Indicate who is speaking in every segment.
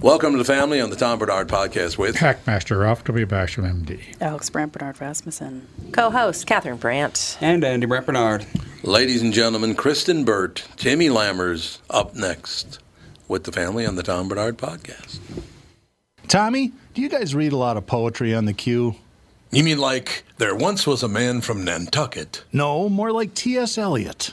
Speaker 1: Welcome to the family on the Tom Bernard Podcast with
Speaker 2: Hackmaster Ralph W. Basham, MD.
Speaker 3: Alex Brant Bernard Rasmussen.
Speaker 4: Co-host Catherine Brandt.
Speaker 5: And Andy Brant Bernard.
Speaker 1: ladies and gentlemen Kristen Burt, Timmy Lammers up next with the family on the Tom Bernard Podcast.
Speaker 6: Tommy, do you guys read a lot of poetry on the queue?
Speaker 1: You mean like there once was a man from Nantucket?
Speaker 6: No, more like T.S. Eliot.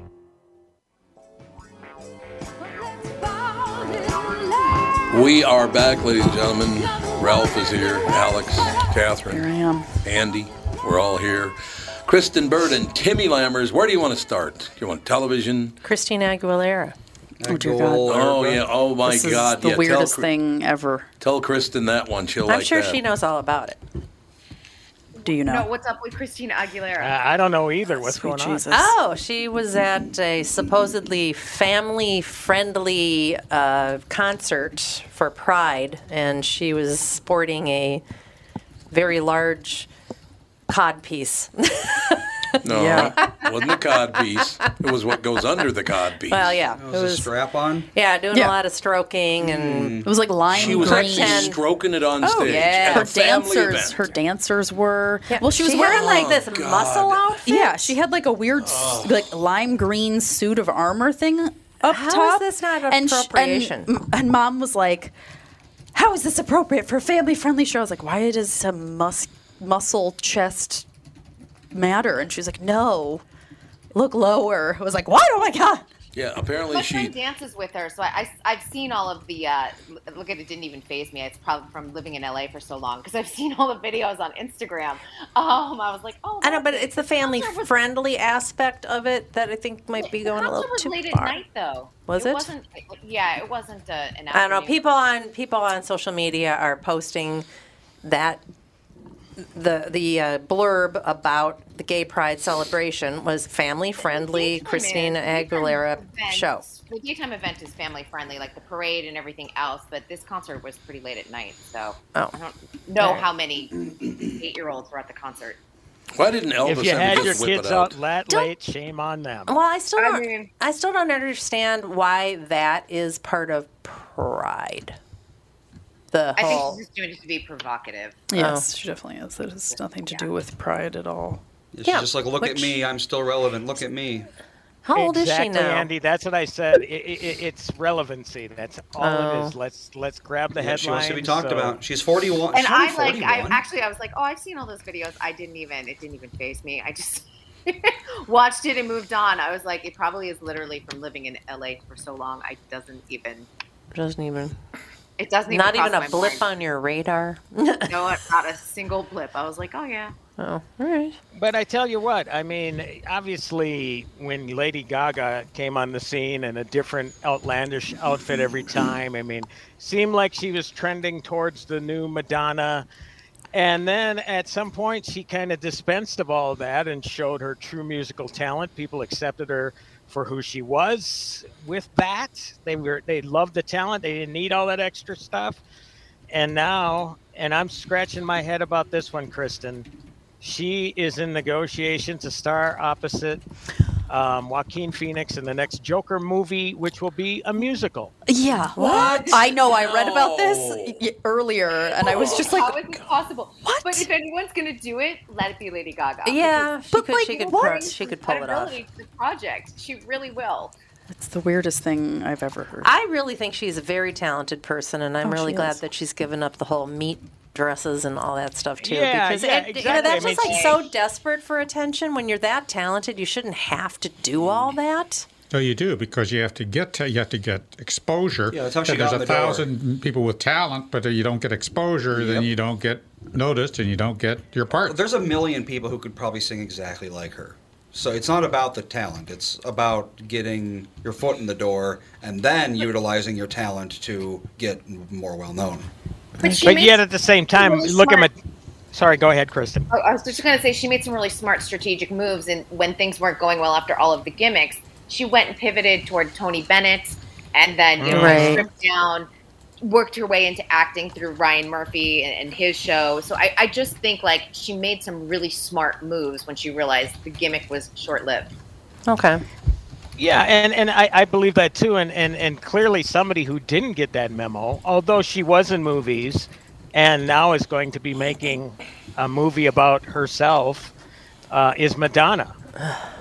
Speaker 1: We are back, ladies and gentlemen. Ralph is here, Alex,
Speaker 3: Here I
Speaker 1: Catherine,
Speaker 3: am.
Speaker 1: Andy. We're all here. Kristen Bird and Timmy Lammers. Where do you want to start? Do you want television?
Speaker 4: Christina Aguilera.
Speaker 3: Oh, dear
Speaker 5: Goal,
Speaker 3: God.
Speaker 1: Oh
Speaker 5: Erica.
Speaker 1: yeah! Oh my
Speaker 3: this
Speaker 1: God!
Speaker 3: is the
Speaker 1: yeah,
Speaker 3: weirdest
Speaker 1: tell, Kr-
Speaker 3: thing ever.
Speaker 1: Tell Kristen that one. She'll
Speaker 4: I'm
Speaker 1: like
Speaker 4: sure
Speaker 1: that.
Speaker 4: she knows all about it.
Speaker 3: Do you know?
Speaker 7: No, what's up with Christina Aguilera?
Speaker 8: I I don't know either. What's
Speaker 3: Sweet
Speaker 8: going
Speaker 3: Jesus.
Speaker 4: Oh, she was at a supposedly family friendly uh, concert for Pride, and she was sporting a very large cod piece.
Speaker 1: No,
Speaker 3: Yeah.
Speaker 1: wasn't the cod piece. It was what goes under the cod piece.
Speaker 4: well, yeah.
Speaker 5: That was a strap on.
Speaker 4: yeah, doing
Speaker 3: Yeah.
Speaker 4: a lot of stroking and
Speaker 3: It was like lime
Speaker 1: Mm. She was
Speaker 3: green.
Speaker 1: actually stroking it on stage.
Speaker 4: yeah.
Speaker 1: at a
Speaker 3: her
Speaker 1: family
Speaker 3: Oh, dancers,
Speaker 1: event.
Speaker 3: her dancers were.
Speaker 4: Yeah,
Speaker 3: Well, she was wearing
Speaker 4: had,
Speaker 3: like.
Speaker 4: like this
Speaker 1: Oh, God. Oh.
Speaker 4: muscle outfit.
Speaker 3: Yeah, she had like a weird, s- like lime green suit of armor thing up
Speaker 4: How is
Speaker 3: top.
Speaker 4: this not
Speaker 3: And sh- and
Speaker 4: appropriation?
Speaker 3: m- And, mom was like, "How is this appropriate for a family-friendly show?" I was like, "Why does a mus- muscle chest matter?" And she was like, "No, look lower." I was like, "What? Oh my god!"
Speaker 1: Yeah, apparently
Speaker 7: My
Speaker 1: she.
Speaker 7: friend dances with her, so I, I have seen all of the. Uh, l- look at it didn't even phase me. It's probably from living in LA for so long because I've seen all the videos on Instagram. Um, I was like, oh,
Speaker 4: I know, but
Speaker 7: that's-
Speaker 4: it's the family
Speaker 7: Culture was-
Speaker 4: friendly aspect of it that I think might be going a
Speaker 7: Concert
Speaker 4: little
Speaker 7: was
Speaker 4: too
Speaker 7: late
Speaker 4: far.
Speaker 7: at night though.
Speaker 4: Was it?
Speaker 7: Wasn't, yeah, it wasn't uh, an.
Speaker 4: I don't know.
Speaker 7: afternoon.
Speaker 4: People on people on social media are posting that the the uh, blurb about the gay pride celebration was family friendly.
Speaker 7: daytime
Speaker 4: Christina
Speaker 7: is- daytime
Speaker 4: Aguilera
Speaker 7: event-
Speaker 4: show.
Speaker 7: The daytime event is family friendly, like the parade and everything else. But this concert was pretty late at night, so
Speaker 4: Oh.
Speaker 7: I don't know
Speaker 4: All right.
Speaker 7: how many eight year olds were at the concert.
Speaker 1: Why didn't Elvis
Speaker 8: If you
Speaker 1: ever
Speaker 8: had
Speaker 1: just
Speaker 8: your
Speaker 1: whip
Speaker 8: kids
Speaker 1: it out?
Speaker 8: out that
Speaker 4: Don't-
Speaker 8: late, shame on them.
Speaker 4: Well, I still
Speaker 7: I
Speaker 4: don't. I,
Speaker 7: mean-
Speaker 4: still don't understand why that is part of pride. the
Speaker 7: I think
Speaker 4: hall.
Speaker 7: she's just doing it to be provocative.
Speaker 1: Oh.
Speaker 3: Yes, she definitely is. That has nothing to do with pride at all.
Speaker 5: She's
Speaker 4: Yeah,
Speaker 5: just like, look at
Speaker 4: which-
Speaker 5: me, I'm still relevant. Look at me.
Speaker 4: How old
Speaker 8: exactly,
Speaker 4: is she now?
Speaker 8: Andy. That's what I said. I i i- it's relevancy. That's all
Speaker 4: Oh.
Speaker 8: it is. Let's let's grab the
Speaker 5: Yeah,
Speaker 8: headline.
Speaker 5: she wants to be talked
Speaker 8: so-
Speaker 5: about. She's 41.
Speaker 7: And
Speaker 5: She's
Speaker 7: I
Speaker 5: only
Speaker 7: like, I
Speaker 5: 41.
Speaker 7: actually, I was like, oh, I've seen all those videos. I didn't even, it didn't even phase me. I just watched it and moved on. I was like, it probably is literally from living in LA for so long. I doesn't even,
Speaker 4: Doesn't even.
Speaker 7: it doesn't even
Speaker 4: Not even a
Speaker 7: cross my
Speaker 4: blip
Speaker 7: mind.
Speaker 4: on your radar.
Speaker 7: No, not a single blip. I was like, oh yeah.
Speaker 4: Oh, all right.
Speaker 8: But I tell you what, I mean, obviously, when Lady Gaga came on the scene in a different outlandish outfit every time, I mean, seemed like she was trending towards the new Madonna. And then at some point, she kind of dispensed of all that and showed her true musical talent. People accepted her for who she was with that. They were they loved the talent. They didn't need all that extra stuff. And now, and I'm scratching my head about this one, Kristen. She is in negotiation to star opposite um, Joaquin Phoenix in the next Joker movie, which will be a musical.
Speaker 3: Yeah. What? I know. I read about this y- earlier, and I was just
Speaker 7: how
Speaker 3: like,
Speaker 7: is it possible?
Speaker 3: What?
Speaker 7: But if anyone's gonna do it, let it be Lady Gaga.
Speaker 4: Yeah, she
Speaker 7: because she's
Speaker 4: could- she
Speaker 7: bringing
Speaker 4: could pro-
Speaker 7: credibility
Speaker 4: she
Speaker 7: to
Speaker 4: could
Speaker 7: the
Speaker 4: pull it off.
Speaker 7: credibility to The project, she really will.
Speaker 3: it's the weirdest thing I've ever heard.
Speaker 4: I really think she's a very talented person, and I'm
Speaker 3: Oh,
Speaker 4: really
Speaker 3: she
Speaker 4: glad
Speaker 3: is.
Speaker 4: that she's given up the whole meat dresses and all that stuff too.
Speaker 8: Yeah,
Speaker 4: because
Speaker 8: yeah,
Speaker 4: it- you know
Speaker 8: exactly.
Speaker 4: that's
Speaker 8: I mean,
Speaker 4: just like
Speaker 8: she-
Speaker 4: so desperate for attention. When you're that talented, you shouldn't have to do all that.
Speaker 2: So you do because you have to get you have to get exposure.
Speaker 5: Yeah, that's how she
Speaker 2: And
Speaker 5: got
Speaker 2: There's
Speaker 5: in the
Speaker 2: a thousand people with talent, but you don't get exposure, then
Speaker 5: Yep.
Speaker 2: you don't get noticed, and you don't get your part.
Speaker 5: There's a million people who could probably sing exactly like her. So it's not about the talent. It's about getting your foot in the door and then utilizing your talent to get more well known.
Speaker 7: But, she
Speaker 8: but
Speaker 7: made
Speaker 8: yet at the same time,
Speaker 7: really
Speaker 8: look
Speaker 7: smart-
Speaker 8: at my. Sorry, go ahead, Kristen.
Speaker 7: I- I was just gonna say she made some really smart strategic moves, and when things weren't going well after all of the gimmicks, she went and pivoted toward Tony Bennett, and then you know,
Speaker 4: Right.
Speaker 7: stripped down, worked her way into acting through Ryan Murphy and, and his show. So I, I just think like she made some really smart moves when she realized the gimmick was short lived.
Speaker 4: Okay.
Speaker 8: Yeah, and, and I, I believe that too. And, and, and clearly, somebody who didn't get that memo, although she was in movies and now is going to be making a movie about herself, uh, is Madonna.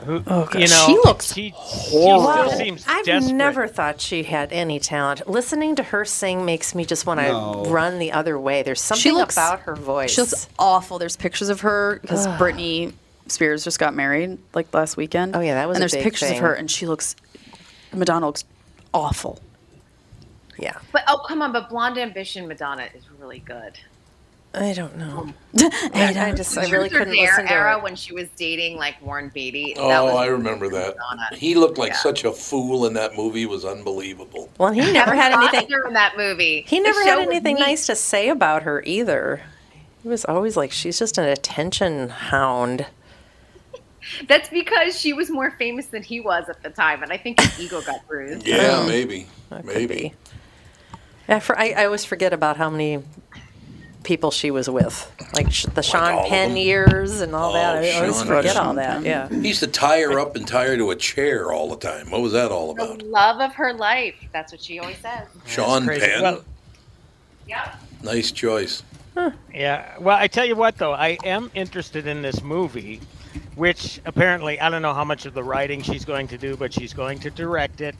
Speaker 8: Who, you know,
Speaker 3: Oh, She looks
Speaker 8: she, She
Speaker 4: Well,
Speaker 8: still seems
Speaker 4: I've
Speaker 8: desperate.
Speaker 4: never thought she had any talent. Listening to her sing makes me just want to
Speaker 5: No.
Speaker 4: run the other way. There's something
Speaker 3: looks-
Speaker 4: about her voice.
Speaker 3: She looks awful. There's pictures of her because Britney Spears just got married like last weekend.
Speaker 4: Oh, yeah, that was
Speaker 3: And
Speaker 4: a
Speaker 3: there's
Speaker 4: big
Speaker 3: pictures
Speaker 4: thing.
Speaker 3: of her, and she looks. Madonna looks awful.
Speaker 4: yeah.
Speaker 7: But oh come on, but Blonde Ambition Madonna is really good.
Speaker 4: I don't know.
Speaker 3: I
Speaker 4: I just I
Speaker 7: She
Speaker 4: really
Speaker 7: was her
Speaker 4: couldn't
Speaker 7: Dare
Speaker 4: listen to
Speaker 7: era
Speaker 4: her.
Speaker 7: when she was dating like Warren Beatty. That
Speaker 1: Oh,
Speaker 7: was
Speaker 1: I remember that.
Speaker 7: Madonna.
Speaker 1: He looked like
Speaker 7: Yeah.
Speaker 1: such a fool in that movie. It was unbelievable.
Speaker 4: Well, he never had
Speaker 7: Kevin
Speaker 4: anything.
Speaker 7: Costner in that movie.
Speaker 4: He
Speaker 7: The
Speaker 4: never
Speaker 7: show
Speaker 4: had
Speaker 7: was
Speaker 4: anything
Speaker 7: neat.
Speaker 4: nice to say about her either. He was always like, she's just an attention hound.
Speaker 7: That's because she was more famous than he was at the time, and I think his ego got bruised.
Speaker 1: Yeah, Hmm. maybe,
Speaker 4: Could
Speaker 1: maybe.
Speaker 4: be. I, for, I, I always forget about how many people she was with, like sh- the Sean
Speaker 1: all of
Speaker 4: Penn
Speaker 1: them?
Speaker 4: years and all that. I always
Speaker 1: Oh, Sean
Speaker 4: forget
Speaker 1: Penn.
Speaker 4: all that. Yeah.
Speaker 1: He used to tie her up and tie her to a chair all the time. What was that all
Speaker 7: The
Speaker 1: about?
Speaker 7: love of her life. That's what she always says.
Speaker 1: Sean
Speaker 8: crazy.
Speaker 1: Penn.
Speaker 8: Well-
Speaker 7: Yep.
Speaker 1: nice choice.
Speaker 8: Yeah. Well, I tell you what, though, I am interested in this movie, which apparently I don't know how much of the writing she's going to do, but she's going to direct it.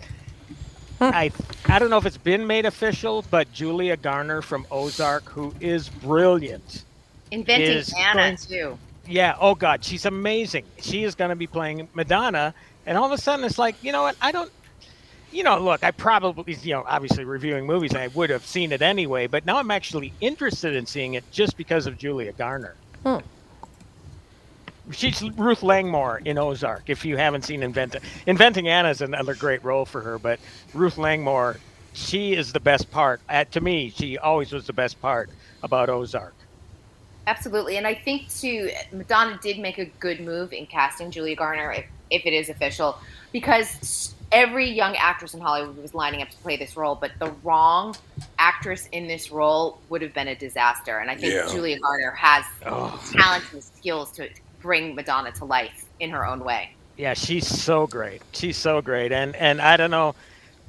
Speaker 8: I I don't know if it's been made official, but Julia Garner from Ozark, who is brilliant.
Speaker 7: Inventing
Speaker 8: Is
Speaker 7: Anna
Speaker 8: going-
Speaker 7: too.
Speaker 8: Yeah. Oh God, she's amazing. She is going to be playing Madonna, and all of a sudden it's like, you know what? I don't. You know, look, I probably, you know, obviously reviewing movies, I would have seen it anyway, but now I'm actually interested in seeing it just because of Julia Garner.
Speaker 4: Hmm.
Speaker 8: She's Ruth Langmore in Ozark. If you haven't seen Inventing Inventing Anna is another great role for her, but Ruth Langmore, she is the best part. Uh, to me, she always was the best part about Ozark.
Speaker 7: Absolutely. And I think, too, Madonna did make a good move in casting Julia Garner, if, if it is official, because every young actress in Hollywood was lining up to play this role, but the wrong actress in this role would have been a disaster. And I think
Speaker 1: Yeah.
Speaker 7: Julia Garner has talent and skills to bring Madonna to life in her own way.
Speaker 8: Yeah, she's so great. She's so great. And and I don't know,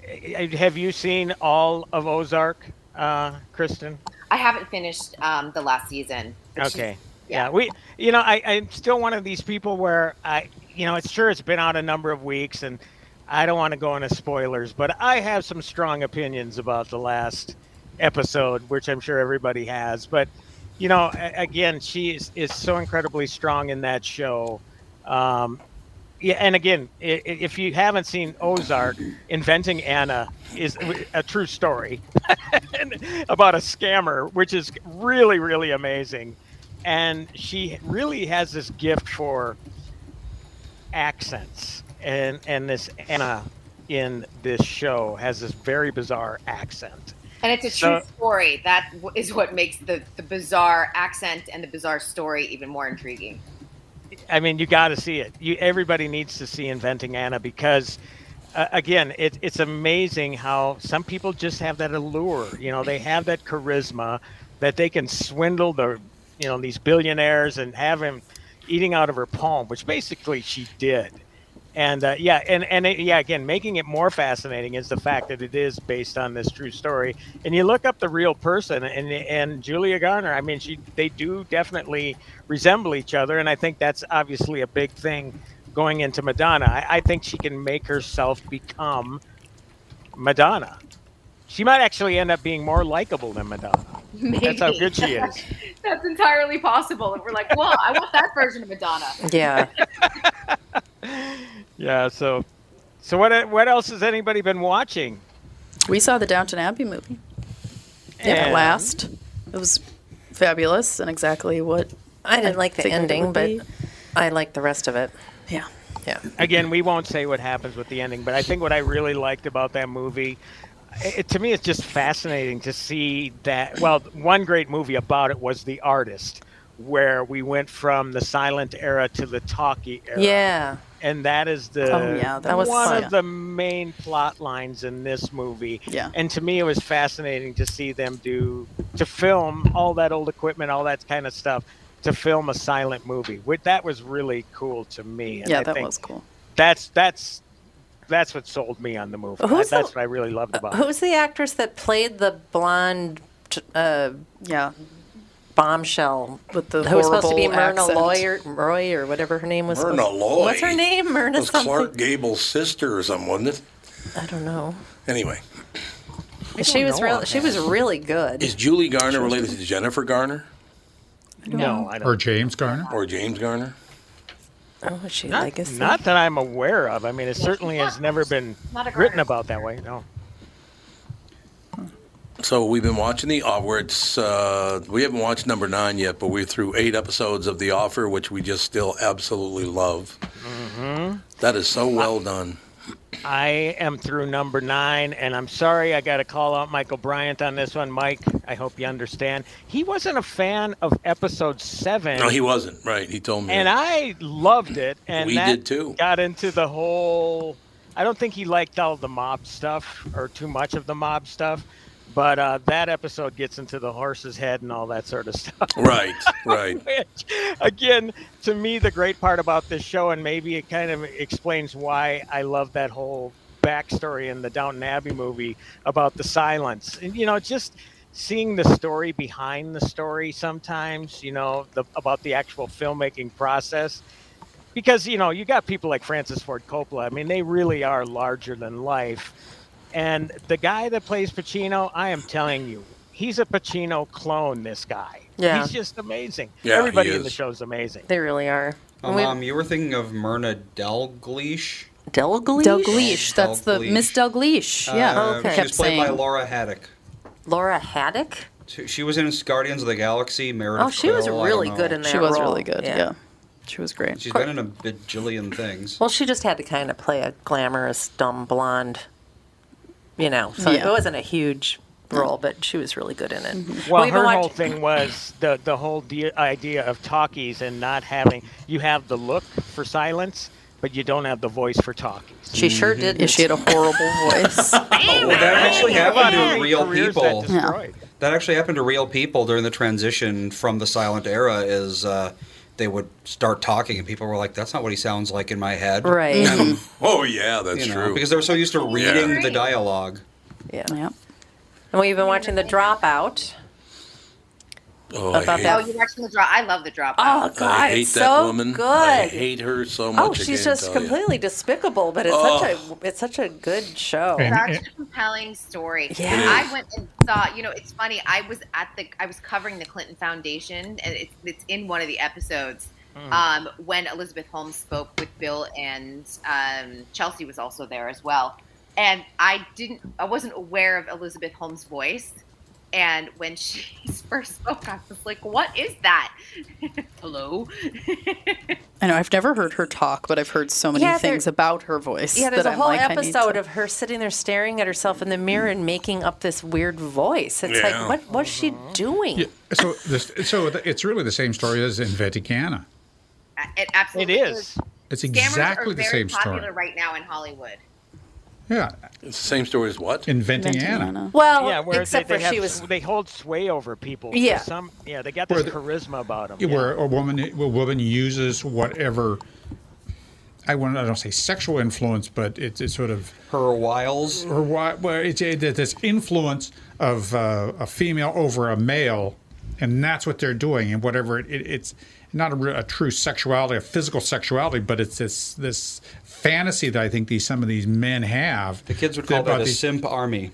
Speaker 8: eh, have you seen all of Ozark? uh, Kristen?
Speaker 7: I haven't finished um, the last season.
Speaker 8: Okay. Yeah. we. You know, I, I'm still one of these people where I, you know, it's sure it's been out a number of weeks, and I don't want to go into spoilers, but I have some strong opinions about the last episode, which I'm sure everybody has. But you know, a- again, she is, is so incredibly strong in that show. Um, yeah, and again, i- i- if you haven't seen Ozark, inventing Anna is a true story about a scammer, which is really, really amazing. And she really has this gift for accents, and and this Anna in this show has this very bizarre accent.
Speaker 7: And it's a
Speaker 8: So-
Speaker 7: true story. That w- is what makes the, the bizarre accent and the bizarre story even more intriguing.
Speaker 8: I mean, you got to see it. You everybody needs to see Inventing Anna because, uh, again, it, it's amazing how some people just have that allure. You know, they have that charisma that they can swindle the, you know, these billionaires and have him eating out of her palm, which basically she did. And uh, yeah, and and it, yeah, again, making it more fascinating is the fact that it is based on this true story. And you look up the real person, and and Julia Garner. I mean, she they do definitely resemble each other, and I think that's obviously a big thing going into Madonna. I, I think she can make herself become Madonna. She might actually end up being more likable than Madonna. That's how
Speaker 7: Maybe.
Speaker 8: good she is.
Speaker 7: That's entirely possible. And we're like, well, I want that version of Madonna.
Speaker 4: Yeah.
Speaker 8: Yeah. So, so what what else has anybody been watching?
Speaker 3: We saw the Downton Abbey movie. Yeah,
Speaker 8: And-
Speaker 3: last. It was fabulous and exactly what
Speaker 4: I didn't like the
Speaker 3: figured it
Speaker 4: ending,
Speaker 3: would
Speaker 4: but
Speaker 3: be.
Speaker 4: I liked the rest of it.
Speaker 3: yeah.
Speaker 4: Yeah.
Speaker 8: again, we won't say what happens with the ending, but I think what I really liked about that movie, it, to me, it's just fascinating to see that. Well, one great movie about it was The Artist, where we went from the silent era to the talkie era.
Speaker 4: Yeah.
Speaker 8: And that is the
Speaker 3: Oh, yeah, that was
Speaker 8: one
Speaker 3: fun.
Speaker 8: of the main plot lines in this movie.
Speaker 3: Yeah.
Speaker 8: And to me, it was fascinating to see them do to film all that old equipment, all that kind of stuff, to film a silent movie. Which that was really cool to me. And
Speaker 3: yeah,
Speaker 8: I
Speaker 3: that
Speaker 8: think
Speaker 3: was cool.
Speaker 8: that's that's that's what sold me on the movie.
Speaker 4: Who's the-
Speaker 8: that's what I really loved about it.
Speaker 4: Who's the actress that played the blonde t- uh,
Speaker 3: Yeah.
Speaker 4: bombshell
Speaker 3: With the
Speaker 4: who was supposed to be
Speaker 3: horrible
Speaker 4: Myrna
Speaker 3: accent.
Speaker 4: Lawyer, Roy or whatever her name was?
Speaker 1: Myrna Loy.
Speaker 4: What's her name? Myrna
Speaker 1: was
Speaker 4: something.
Speaker 1: Clark Gable's sister or someone. That-
Speaker 4: I don't know.
Speaker 1: Anyway,
Speaker 4: She was real. She was really good.
Speaker 1: is Julie Garner related to Jennifer Garner
Speaker 8: No, I
Speaker 2: Or
Speaker 8: don't.
Speaker 2: James Garner?
Speaker 1: or James Garner?
Speaker 4: Oh, is she
Speaker 8: Not,
Speaker 4: like a
Speaker 8: not that I'm aware of. I mean, it certainly has never been
Speaker 7: Not a
Speaker 8: written
Speaker 7: garden.
Speaker 8: about that way. No.
Speaker 1: So we've been watching the offer. It's uh, we haven't watched number nine yet, but we're through eight episodes of the offer, which we just still absolutely love.
Speaker 7: Mm-hmm.
Speaker 1: That is so well done.
Speaker 8: I am through number nine, and I'm sorry I got to call out Michael Bryant on this one. Mike, I hope you understand. He wasn't a fan of episode seven.
Speaker 1: No, he wasn't right. He told me.
Speaker 8: and I loved it. And
Speaker 1: We
Speaker 8: that
Speaker 1: did too.
Speaker 8: Got into the whole. I don't think he liked all the mob stuff or too much of the mob stuff, but uh, that episode gets into the horse's head and all that sort of stuff.
Speaker 1: right, right.
Speaker 8: Which, again, to me, the great part about this show, and maybe it kind of explains why I love that whole backstory in the Downton Abbey movie about the silence. And, you know, just seeing the story behind the story sometimes, you know, the, about the actual filmmaking process. Because, you know, you got people like Francis Ford Coppola. I mean, they really are larger than life. And the guy that plays Pacino, I am telling you, he's a Pacino clone, this guy.
Speaker 4: Yeah.
Speaker 8: He's just amazing.
Speaker 1: Yeah,
Speaker 8: Everybody
Speaker 1: he
Speaker 8: in the
Speaker 1: is.
Speaker 8: show is amazing.
Speaker 4: They really are.
Speaker 5: Oh, Mom, you were thinking of Myrna Dalgleish?
Speaker 4: Delgleish? Oh,
Speaker 3: Dalgleish. That's the
Speaker 5: Dalgleish.
Speaker 3: Miss Dalgleish. Yeah.
Speaker 5: Uh,
Speaker 4: okay.
Speaker 5: She
Speaker 3: Kept
Speaker 5: was played by
Speaker 3: saying-
Speaker 5: Laura Haddock.
Speaker 4: Laura Haddock?
Speaker 5: She she was in Guardians of the Galaxy, Meredith
Speaker 4: Oh, she was
Speaker 5: Quill, I
Speaker 4: really
Speaker 5: don't know.
Speaker 4: good in that
Speaker 3: She was
Speaker 4: role.
Speaker 3: really good. Yeah. She was great.
Speaker 5: She's been in a bajillion things.
Speaker 4: Well, she just had to kind of play a glamorous, dumb blonde, you know. So
Speaker 3: Yeah. Mm-hmm.
Speaker 4: it wasn't a huge role, but she was really good in it.
Speaker 8: Well,
Speaker 4: We've been
Speaker 8: her whole
Speaker 4: watch-
Speaker 8: thing was the the whole de- idea of talkies and not having you have the look for silence, but you don't have the voice for talkies.
Speaker 4: She sure did.
Speaker 3: Yeah, she had a horrible voice.
Speaker 5: Oh, that actually happened
Speaker 8: How
Speaker 5: to
Speaker 8: many
Speaker 5: real
Speaker 8: careers
Speaker 5: people.
Speaker 8: That destroyed.
Speaker 5: That actually happened to real people during the transition from the silent era. Is uh, they would start talking and people were like, "That's not what he sounds like in my head."
Speaker 4: Right.
Speaker 5: And,
Speaker 1: Oh yeah, that's
Speaker 5: you know,
Speaker 1: true.
Speaker 5: because they were so used to reading the dialogue.
Speaker 4: yeah.
Speaker 3: yeah.
Speaker 4: And we've been watching The Dropout.
Speaker 1: Oh, I
Speaker 4: About
Speaker 1: hate,
Speaker 7: Oh, you're watching the drop. I love the drop.
Speaker 4: Oh God,
Speaker 1: I hate
Speaker 4: it's
Speaker 1: that
Speaker 4: so
Speaker 1: woman.
Speaker 4: good.
Speaker 1: I hate her so much.
Speaker 4: oh,
Speaker 1: I
Speaker 4: she's
Speaker 1: can't
Speaker 4: just
Speaker 1: tell you.
Speaker 4: completely despicable, but it's such a it's such a good show.
Speaker 2: And-
Speaker 7: Such a compelling story.
Speaker 4: Yeah. It
Speaker 7: I went and saw. You know, it's funny. I was at the. I was covering the Clinton Foundation, and it's, it's in one of the episodes
Speaker 8: Hmm.
Speaker 7: um, when Elizabeth Holmes spoke with Bill, and um, Chelsea was also there as well. And I didn't. I wasn't aware of Elizabeth Holmes' voice. And when she first spoke, I was like, "What is that? Hello."
Speaker 3: I know I've never heard her talk, but I've heard so many
Speaker 4: Yeah, there-
Speaker 3: things about her voice.
Speaker 4: Yeah, there's
Speaker 3: that
Speaker 4: a
Speaker 3: I'm
Speaker 4: whole
Speaker 3: like, I need
Speaker 4: episode
Speaker 3: to-
Speaker 4: of her sitting there staring at herself in the mirror and making up this weird voice. It's
Speaker 1: Yeah.
Speaker 4: like, what was she doing?
Speaker 2: So, this, so th- it's really the same story as in Vaticana.
Speaker 7: It absolutely
Speaker 8: It is.
Speaker 2: It's
Speaker 7: Scammers
Speaker 2: exactly
Speaker 7: are
Speaker 2: the
Speaker 7: very
Speaker 2: same
Speaker 7: popular
Speaker 2: story.
Speaker 7: right now in Hollywood.
Speaker 2: Yeah,
Speaker 1: It's the same story as what?
Speaker 2: in Vaticana.
Speaker 3: Ventana.
Speaker 4: Well,
Speaker 8: yeah, where
Speaker 4: except
Speaker 8: they, they
Speaker 4: for
Speaker 8: have,
Speaker 4: she was.
Speaker 8: they hold sway over people. for
Speaker 4: Yeah.
Speaker 8: Some, yeah, they got this
Speaker 2: Where the-
Speaker 8: charisma about them.
Speaker 2: where a woman a woman uses whatever I want I don't say sexual influence, but it's, it's sort of
Speaker 5: Her wiles.
Speaker 2: or why well, it's a, this influence of uh, a female over a male, and that's what they're doing. And whatever it, it, it's not a, re- a true sexuality, a physical sexuality, but it's this this fantasy that I think these some of these men have.
Speaker 5: The kids would call
Speaker 2: about
Speaker 5: that a
Speaker 2: these-
Speaker 5: simp army.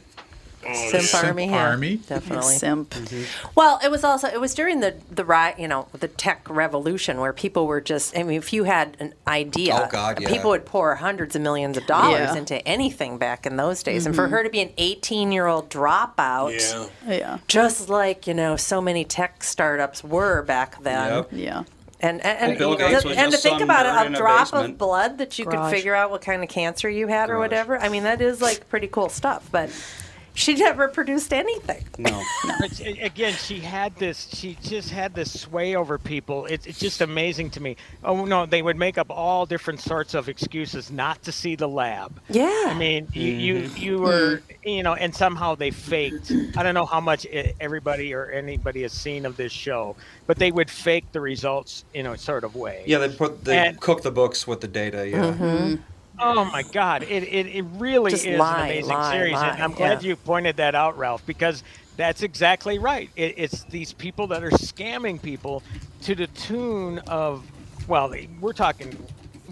Speaker 4: Simp,
Speaker 2: Simp
Speaker 4: Army. yeah,
Speaker 2: Army.
Speaker 4: Definitely.
Speaker 3: Simp.
Speaker 1: Mm-hmm.
Speaker 4: Well, it was also it was during the the ri you know, the tech revolution where people were just. I mean, if you had an idea,
Speaker 5: Oh, God, yeah.
Speaker 4: people would pour hundreds of millions of dollars
Speaker 3: Yeah.
Speaker 4: into anything back in those days. And
Speaker 5: Mm-hmm.
Speaker 4: for her to be an 18 year old dropout,
Speaker 1: Yeah.
Speaker 3: Yeah.
Speaker 4: just like you know, so many tech startups were back then.
Speaker 5: Yep.
Speaker 3: Yeah.
Speaker 4: And and, and,
Speaker 5: Bill
Speaker 4: you know,
Speaker 5: Gates was
Speaker 4: and to
Speaker 5: just
Speaker 4: think
Speaker 5: some
Speaker 4: about
Speaker 5: nerd
Speaker 4: it,
Speaker 5: in
Speaker 4: a
Speaker 5: a
Speaker 4: drop of
Speaker 5: basement.
Speaker 4: blood that you could
Speaker 3: Garage.
Speaker 4: figure out what kind of cancer you had or
Speaker 5: Garage.
Speaker 4: whatever. I mean, that is like pretty cool stuff. But she never produced anything.
Speaker 5: No.
Speaker 8: But she- again, she had this. She just had this sway over people. It's it's just amazing to me. Oh no, they would make up all different sorts of excuses not to see the lab.
Speaker 4: Yeah.
Speaker 8: I mean, you you, you were you know, and somehow they faked. I don't know how much e- everybody or anybody has seen of this show, but they would fake the results in a sort of way.
Speaker 5: Yeah, they put they
Speaker 8: And-
Speaker 5: cook the books with the data. Yeah.
Speaker 4: Mm-hmm.
Speaker 8: Oh my God! It it, it really
Speaker 4: Hmm. Just
Speaker 8: is
Speaker 4: lie,
Speaker 8: an amazing
Speaker 4: lie,
Speaker 8: series,
Speaker 4: lie,
Speaker 8: and I'm glad
Speaker 4: yeah.
Speaker 8: you pointed that out, Ralph, because that's exactly right. It, it's these people that are scamming people to the tune of, well, we're talking,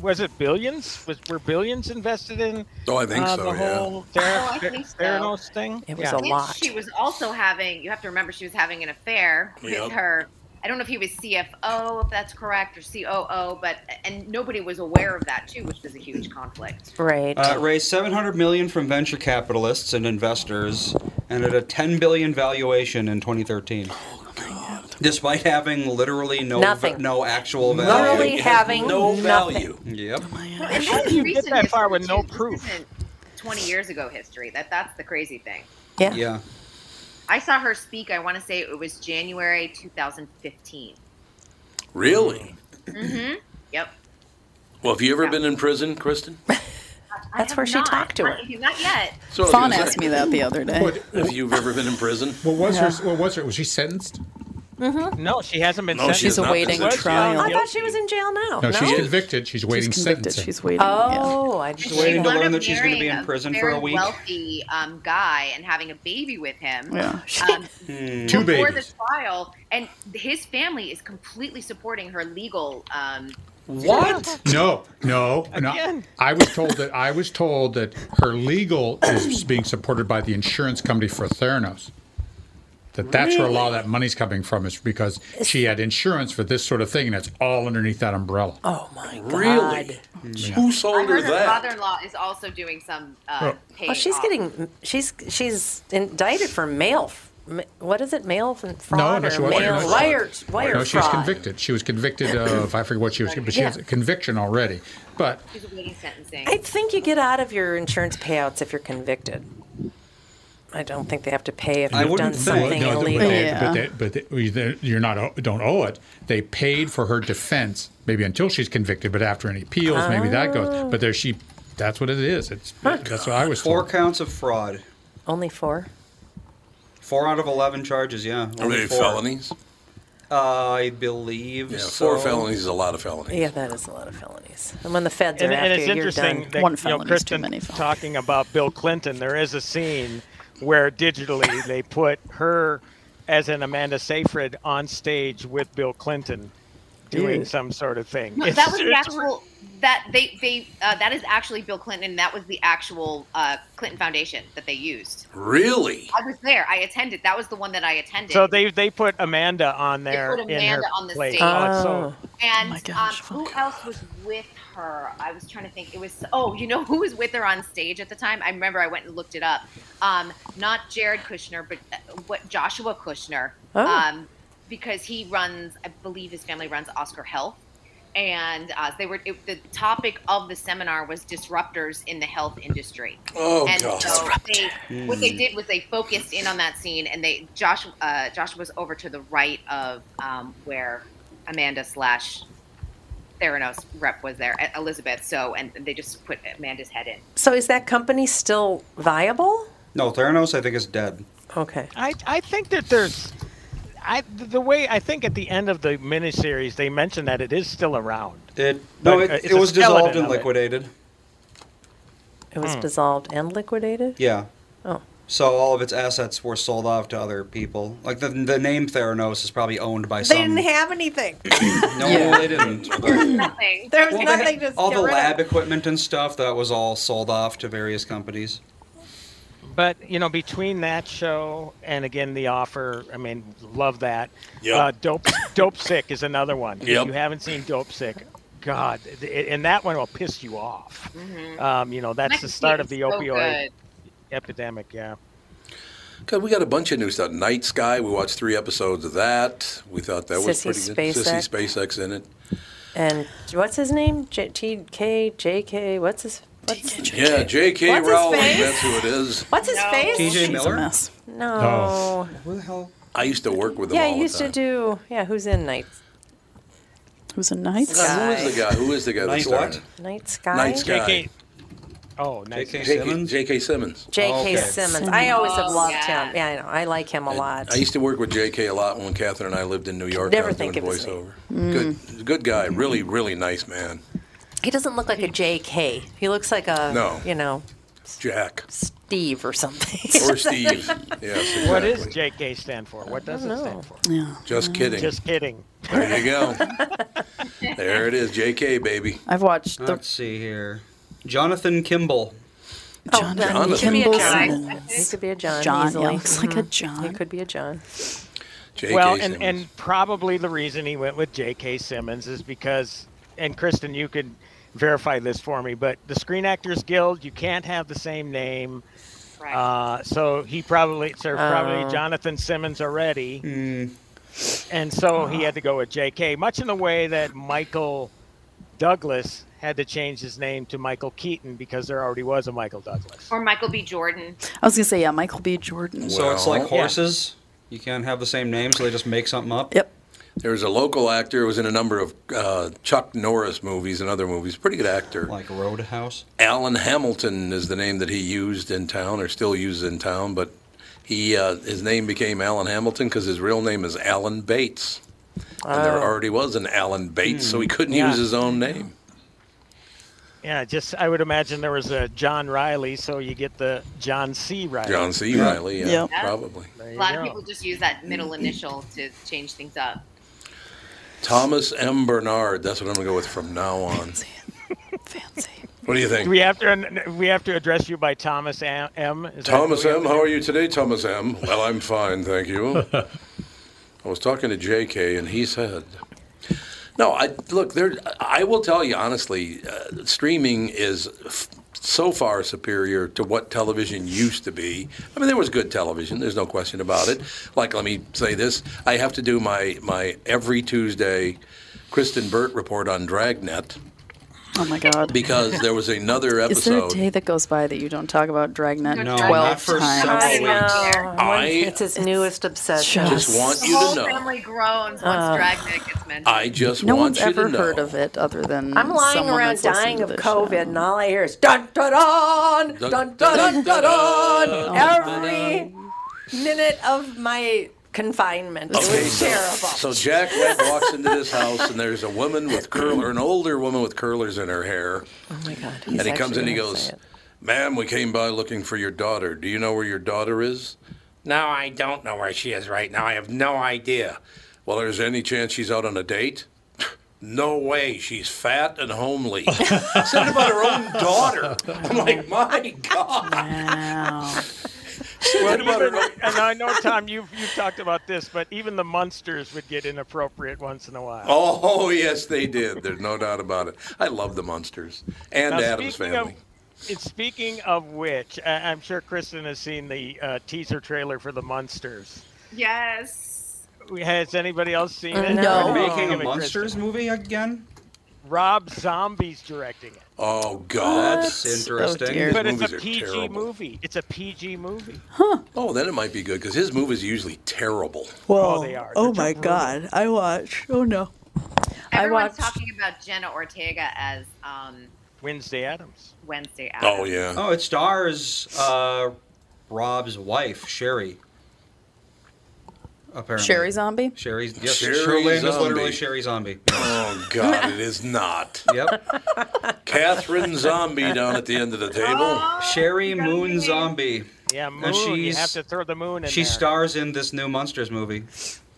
Speaker 8: was it billions? Was were billions invested in
Speaker 1: Oh, I think
Speaker 8: uh,
Speaker 1: so,
Speaker 8: the
Speaker 1: yeah.
Speaker 8: whole
Speaker 7: Oh, I
Speaker 8: Thera-
Speaker 7: think so.
Speaker 8: Theranos thing?
Speaker 4: It was
Speaker 8: yeah.
Speaker 4: a
Speaker 7: Which
Speaker 4: lot.
Speaker 7: She was also having. You have to remember, she was having an affair
Speaker 1: Yep.
Speaker 7: with her. I don't know if he was CFO, if that's correct, or COO, but and nobody was aware of that too, which was a huge conflict.
Speaker 4: Right.
Speaker 1: Oh.
Speaker 5: Uh, raised 700 million from venture capitalists and investors, and at a 10 billion valuation in 2013.
Speaker 1: Oh,
Speaker 5: Despite having literally no
Speaker 4: Nothing.
Speaker 5: no actual value.
Speaker 4: Literally
Speaker 1: It has
Speaker 4: having
Speaker 1: no
Speaker 4: nothing.
Speaker 1: value.
Speaker 5: Yep.
Speaker 7: And
Speaker 8: How
Speaker 7: this
Speaker 8: do you get
Speaker 7: is recent
Speaker 8: that far
Speaker 7: history,
Speaker 8: with no
Speaker 7: too. This
Speaker 8: proof?
Speaker 7: isn't Twenty years ago, history. That that's the crazy thing.
Speaker 4: Yeah.
Speaker 5: Yeah.
Speaker 7: I saw her speak. I want to say it was January 2015.
Speaker 1: Really?
Speaker 5: Mm-hmm.
Speaker 7: Mm-hmm. Yep.
Speaker 1: Well, have you ever
Speaker 7: Yeah.
Speaker 1: been in prison, Kristen?
Speaker 7: I
Speaker 4: That's
Speaker 7: have
Speaker 4: where she
Speaker 7: not.
Speaker 4: talked to her.
Speaker 7: Not yet.
Speaker 1: So I was
Speaker 3: Fawn
Speaker 1: gonna
Speaker 3: asked
Speaker 1: say,
Speaker 3: me that the other day.
Speaker 2: What,
Speaker 1: Have you ever been in prison?
Speaker 2: what was her? What was her? Was she sentenced?
Speaker 4: Mm-hmm.
Speaker 8: No, she hasn't been.
Speaker 1: No,
Speaker 8: sent
Speaker 1: she
Speaker 3: She's
Speaker 1: is not
Speaker 3: awaiting
Speaker 1: convicted.
Speaker 3: trial.
Speaker 4: I thought she was in jail now.
Speaker 2: No,
Speaker 4: No.
Speaker 2: she's convicted. She's waiting
Speaker 3: She's convicted.
Speaker 2: sentencing.
Speaker 3: She's waiting. yeah.
Speaker 4: oh, I just
Speaker 5: She's waiting to
Speaker 7: Wound
Speaker 5: learn
Speaker 7: up
Speaker 5: that she's going to be
Speaker 7: marrying
Speaker 5: in prison for
Speaker 7: very
Speaker 5: a week.
Speaker 7: Wealthy um, guy and having a baby with him.
Speaker 3: Yeah.
Speaker 7: Um,
Speaker 2: Two
Speaker 7: before
Speaker 2: babies.
Speaker 7: the trial, and his family is completely supporting her legal. Um,
Speaker 5: What?
Speaker 2: No, no, no.
Speaker 8: Again.
Speaker 2: I was told that I was told that her legal is being supported by the insurance company for Theranos. That that's where a lot of that money's coming from is because she had insurance for this sort of thing, and it's all underneath that umbrella.
Speaker 4: Oh my God.
Speaker 1: Really? Who
Speaker 7: I
Speaker 1: sold her
Speaker 7: heard her
Speaker 1: that?
Speaker 7: father-in-law is also doing some. Uh,
Speaker 2: Oh.
Speaker 7: paying
Speaker 4: Oh, she's
Speaker 7: off.
Speaker 4: getting she's she's indicted for mail. f- ma- What is it? Mail f- fraud
Speaker 2: no,
Speaker 4: or
Speaker 2: she wasn't.
Speaker 4: mail
Speaker 2: No, she-
Speaker 4: wire wire
Speaker 2: No, she
Speaker 4: fraud?
Speaker 2: was convicted. She was convicted of I forget what she was, but she has a conviction already. But
Speaker 7: She's awaiting sentencing.
Speaker 4: I think you get out of your insurance payouts if you're convicted. I don't think they have to pay if
Speaker 5: I
Speaker 4: you've done
Speaker 5: wouldn't think.
Speaker 4: something
Speaker 2: no, but
Speaker 4: illegal.
Speaker 2: they- but, they, but, they, you're not don't owe it. They paid for her defense, maybe until she's convicted, but after any appeals, maybe that
Speaker 4: Oh.
Speaker 2: goes. But there she, that's what it is. It's that's what I was
Speaker 5: Four
Speaker 2: told.
Speaker 5: counts of fraud.
Speaker 4: Only four.
Speaker 5: Four out of 11 charges, yeah.
Speaker 1: Are
Speaker 5: Only
Speaker 1: they
Speaker 5: four.
Speaker 1: felonies?
Speaker 5: Uh, I believe
Speaker 1: Yeah,
Speaker 5: so.
Speaker 1: four felonies is a lot of felonies.
Speaker 4: Yeah, that is a lot of felonies. And when the feds are
Speaker 8: and,
Speaker 4: after
Speaker 8: and it's
Speaker 4: you,
Speaker 8: interesting
Speaker 4: you're done.
Speaker 8: that
Speaker 3: One
Speaker 8: you know,
Speaker 3: felony is too
Speaker 8: Kristen
Speaker 3: many felonies.
Speaker 8: talking about Bill Clinton. There is a scene where digitally they put her as an Amanda Seyfried on stage with Bill Clinton doing
Speaker 4: Ew.
Speaker 8: some sort of thing.
Speaker 7: No,
Speaker 8: It's-
Speaker 7: that was the
Speaker 8: it's-
Speaker 7: actual. That they they uh, that is actually Bill Clinton. and That was the actual uh, Clinton Foundation that they used.
Speaker 1: Really?
Speaker 7: I was there. I attended. That was the one that I attended.
Speaker 8: So they they put Amanda on there
Speaker 7: put
Speaker 8: in her
Speaker 7: Amanda on the
Speaker 8: place. Oh,
Speaker 7: stage.
Speaker 8: also.
Speaker 4: Oh.
Speaker 7: and
Speaker 4: my gosh,
Speaker 7: um, who else was with her? I was trying to think. It was oh, you know who was with her on stage at the time? I remember I went and looked it up. Um, not Jared Kushner, but uh, what Joshua Kushner.
Speaker 4: Oh.
Speaker 7: Um, because he runs, I believe his family runs Oscar Health, and uh, they were it, the topic of the seminar was disruptors in the health industry
Speaker 1: Oh,
Speaker 7: and
Speaker 1: God.
Speaker 7: so they, what they
Speaker 8: Hmm.
Speaker 7: did was they focused in on that scene, and they Josh uh, Josh was over to the right of um, where Amanda slash Theranos rep was there, E- Elizabeth. So and they just put Amanda's head in.
Speaker 4: So is that company still viable?
Speaker 5: No, Theranos, I think, is dead.
Speaker 4: Okay.
Speaker 8: I, I think that there's I the way I think at the end of the miniseries they mentioned that it is still around.
Speaker 5: It no,
Speaker 8: Like, uh, it's
Speaker 5: it, it
Speaker 8: a
Speaker 5: was dissolved
Speaker 8: skeleton
Speaker 5: and
Speaker 8: of it. Hmm.
Speaker 5: liquidated.
Speaker 4: It
Speaker 5: Hmm.
Speaker 4: was dissolved and liquidated?
Speaker 5: Yeah.
Speaker 4: Oh.
Speaker 5: So all of its assets were sold off to other people. Like the the name Theranos is probably owned by
Speaker 4: They
Speaker 5: some.
Speaker 4: didn't have anything.
Speaker 5: no, they didn't. but-
Speaker 7: Nothing.
Speaker 4: There was
Speaker 5: Well, they
Speaker 4: nothing
Speaker 5: had
Speaker 4: to
Speaker 5: all
Speaker 4: get
Speaker 5: the
Speaker 4: rid of.
Speaker 5: lab equipment and stuff that was all sold off to various companies.
Speaker 8: But you know, between that show and again the offer, I mean, love that.
Speaker 1: Yep.
Speaker 8: Uh, dope, dope sick is another one. If
Speaker 1: Yep.
Speaker 8: you haven't seen Dope Sick, God, th- and that one will piss you off. Um, you know, that's the start of the opioid epidemic. Yeah.
Speaker 1: God, we got a bunch of new stuff. Night Sky, we watched three episodes of that. We thought that was
Speaker 4: Sissy
Speaker 1: pretty good.
Speaker 4: SpaceX.
Speaker 1: Sissy SpaceX in it.
Speaker 4: And what's his name? J- TK, JK, what's his what's,
Speaker 1: Yeah, J.K.
Speaker 4: What's his
Speaker 1: Rowling,
Speaker 4: face?
Speaker 1: that's who it is.
Speaker 4: what's his
Speaker 7: No.
Speaker 4: face?
Speaker 5: T.J.
Speaker 3: She's
Speaker 5: Miller?
Speaker 3: a mess.
Speaker 4: No.
Speaker 2: Oh.
Speaker 5: Who the hell?
Speaker 1: I used to work with him
Speaker 4: Yeah,
Speaker 1: all
Speaker 4: he used
Speaker 1: the
Speaker 4: to
Speaker 1: time.
Speaker 4: do yeah, who's in Night
Speaker 3: Who's a night
Speaker 1: God,
Speaker 3: guy.
Speaker 1: who is the guy? Who is the guy
Speaker 5: Night
Speaker 1: that started?
Speaker 4: Night Sky?
Speaker 1: Night Sky.
Speaker 8: JK. Oh, nice.
Speaker 5: J.K.
Speaker 1: J.K.
Speaker 5: Simmons? Oh,
Speaker 1: J.K. Simmons.
Speaker 4: JK
Speaker 5: Okay.
Speaker 4: Simmons. I always have
Speaker 7: Oh,
Speaker 4: loved
Speaker 7: yeah.
Speaker 4: him. Yeah, I know. I like him a lot.
Speaker 1: I used to work with J.K. a lot when Catherine and I lived in New York.
Speaker 4: Never
Speaker 1: I was
Speaker 4: think
Speaker 1: doing
Speaker 4: it was me.
Speaker 1: voiceover. Good, good guy. Really, really nice man.
Speaker 4: he doesn't look like a JK. He looks like a
Speaker 1: No.
Speaker 4: you know,
Speaker 1: Jack
Speaker 4: Steve or something.
Speaker 1: or Steve. yes, exactly.
Speaker 8: What does JK stand for? What does it stand for?
Speaker 3: Yeah.
Speaker 1: Just kidding.
Speaker 8: Just kidding.
Speaker 1: There you go. there it is. J.K. Baby.
Speaker 3: I've watched the
Speaker 5: Let's see here. Jonathan Kimball.
Speaker 4: Oh, then He could be a
Speaker 3: Jonathan
Speaker 4: John.
Speaker 3: Simmons.
Speaker 4: He could be a John.
Speaker 3: John.
Speaker 4: easily.
Speaker 3: Yeah, looks like a
Speaker 4: Mhm. He
Speaker 3: John.
Speaker 4: could be a John.
Speaker 1: J.K.
Speaker 8: well,
Speaker 1: Simmons.
Speaker 8: and, and probably the reason he went with J.K. Simmons is because, and Kristen, you can verify this for me, but the Screen Actors Guild, you can't have the same name.
Speaker 7: Right.
Speaker 8: Uh, so he probably, so probably Jonathan Simmons already. And so he had to go with J.K., much in the way that Michael Douglas had to change his name to Michael Keaton because there already was a Michael Douglas.
Speaker 7: or Michael B. Jordan.
Speaker 3: I was gonna say yeah, Michael B. Jordan.
Speaker 5: So it's like
Speaker 1: Well-
Speaker 5: horses. You can't have the same name, so they just make something up.
Speaker 3: Yep.
Speaker 1: There was a local actor who was in a number of uh, Chuck Norris movies and other movies. Pretty good actor.
Speaker 5: Like Roadhouse.
Speaker 1: Alan Hamilton is the name that he used in town, or still uses in town, but he uh, his name became Alan Hamilton because his real name is Alan Bates, and there already was an Alan Bates, so he couldn't
Speaker 8: Oh. Yeah.
Speaker 1: use his own name.
Speaker 8: Yeah, just I would imagine there was a John Riley, so you get the John C. Riley.
Speaker 1: John C. Riley, yeah,
Speaker 3: Yeah.
Speaker 1: probably.
Speaker 8: There
Speaker 7: A
Speaker 8: you
Speaker 7: lot
Speaker 8: go.
Speaker 7: of people just use that middle initial to change things up.
Speaker 1: Thomas M. Bernard. That's what I'm gonna go with from now on.
Speaker 3: Fancy.
Speaker 1: What do you
Speaker 8: Do
Speaker 1: think?
Speaker 8: we have to we have to address you by Thomas A- M. Is that
Speaker 1: Thomas
Speaker 8: who we have
Speaker 1: M.
Speaker 8: to
Speaker 1: How
Speaker 8: do?
Speaker 1: are you today, Thomas M? Well, I'm fine, thank you. I was talking to J.K. and he said, "No, I look there. I will tell you honestly, uh, streaming is." F- so far superior to what television used to be. I mean, there was good television. There's no question about it. Like, let me say this: I have to do my my every Tuesday, Kristen Burt report on Dragnet
Speaker 3: Oh my god.
Speaker 1: because there was another episode.
Speaker 3: Is there a day that goes by that you don't talk about Dragnet
Speaker 5: No, not
Speaker 3: twelve
Speaker 5: for
Speaker 3: times?
Speaker 5: several
Speaker 4: I
Speaker 5: weeks.
Speaker 4: know.
Speaker 1: I-
Speaker 4: it's his newest obsession.
Speaker 3: Just-
Speaker 1: Just want
Speaker 7: The
Speaker 1: you
Speaker 7: whole
Speaker 1: to know.
Speaker 7: family groans once Dragnet gets mentioned.
Speaker 1: I just
Speaker 3: No one's
Speaker 1: want you to know.
Speaker 3: ever heard of it other than
Speaker 4: I'm lying
Speaker 3: someone
Speaker 4: around
Speaker 3: that's listening
Speaker 4: dying
Speaker 3: to
Speaker 4: of
Speaker 3: this
Speaker 4: COVID,
Speaker 3: show.
Speaker 4: and all I hear is dun dun dun dun dun dun dun dun every minute of my confinement. It
Speaker 1: Okay,
Speaker 4: was
Speaker 1: so-
Speaker 4: terrible.
Speaker 1: So Jack Red walks into this house, and there's a woman with curler, an older woman with curlers in her hair,
Speaker 4: Oh my god!
Speaker 1: and he comes in. He goes, Ma'am, we came by looking for your daughter. Do you know where your daughter is? No, I don't know where she is right now. I have no idea. Well, there's any chance she's out on a date? No way. She's fat and homely. Said about her own daughter. I'm like, my God. Said about her
Speaker 8: Even,
Speaker 1: own-
Speaker 8: and I know, Tom, you've, you've talked about this, but even the Munsters would get inappropriate once in a while.
Speaker 1: Oh yes, they did. There's no doubt about it. I love the Munsters and
Speaker 8: Now,
Speaker 1: Adam's
Speaker 8: speaking
Speaker 1: family.
Speaker 8: Of, it's- speaking of which, I, I'm sure Kristen has seen the uh, teaser trailer for the Munsters.
Speaker 9: Yes.
Speaker 8: Has anybody else
Speaker 3: Uh,
Speaker 8: seen it?
Speaker 4: No.
Speaker 8: What do you
Speaker 5: Making
Speaker 8: think
Speaker 5: a
Speaker 8: of it, Kristen?
Speaker 5: monsters movie again?
Speaker 8: Rob Zombie's directing it.
Speaker 1: oh God.
Speaker 5: That's interesting.
Speaker 3: Oh, dear.
Speaker 8: But it's a
Speaker 1: movies are
Speaker 8: PG
Speaker 1: terrible.
Speaker 8: movie. It's a PG movie.
Speaker 1: Oh, then it might be good because his movies are usually terrible.
Speaker 8: Well, they are.
Speaker 9: oh
Speaker 8: They're
Speaker 9: my
Speaker 8: brutal.
Speaker 9: God. I watch. Oh no.
Speaker 3: watched-
Speaker 7: Everyone's talking about Jenna Ortega as um,
Speaker 8: Wednesday Adams.
Speaker 7: Wednesday. Addams.
Speaker 1: Oh yeah.
Speaker 5: Oh, it stars uh, Rob's wife, Sherry. Apparently.
Speaker 3: Sherry zombie.
Speaker 5: Sherry's yes,
Speaker 1: Sherry
Speaker 5: Sherry Land is
Speaker 1: Zombie.
Speaker 5: literally Sherry Zombie.
Speaker 1: Oh God, it is not.
Speaker 5: yep.
Speaker 1: Catherine Zombie down at the end of the table.
Speaker 8: Oh,
Speaker 5: Sherry Moon Zombie.
Speaker 8: Yeah,
Speaker 5: And
Speaker 8: moon. You
Speaker 5: she's-
Speaker 8: have to throw the moon in
Speaker 5: She
Speaker 8: there.
Speaker 5: stars in this new Monsters movie.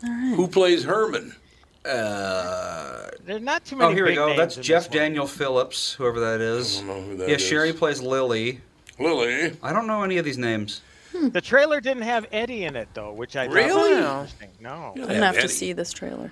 Speaker 1: Who plays Herman?
Speaker 5: Uh,
Speaker 8: There's not too many.
Speaker 5: oh, here we
Speaker 8: big
Speaker 5: go.
Speaker 8: names
Speaker 5: That's
Speaker 8: in this
Speaker 5: Jeff
Speaker 8: one.
Speaker 5: Daniel Phillips, whoever that is.
Speaker 1: I don't know who that
Speaker 5: yeah,
Speaker 1: is.
Speaker 5: Sherry plays Lily.
Speaker 1: Lily.
Speaker 5: I don't know any of these names.
Speaker 8: The trailer didn't have Eddie in it though, which I thought was
Speaker 1: Really?
Speaker 8: interesting. No.
Speaker 1: Yeah,
Speaker 3: I'm gonna have
Speaker 1: Eddie.
Speaker 3: to see this trailer.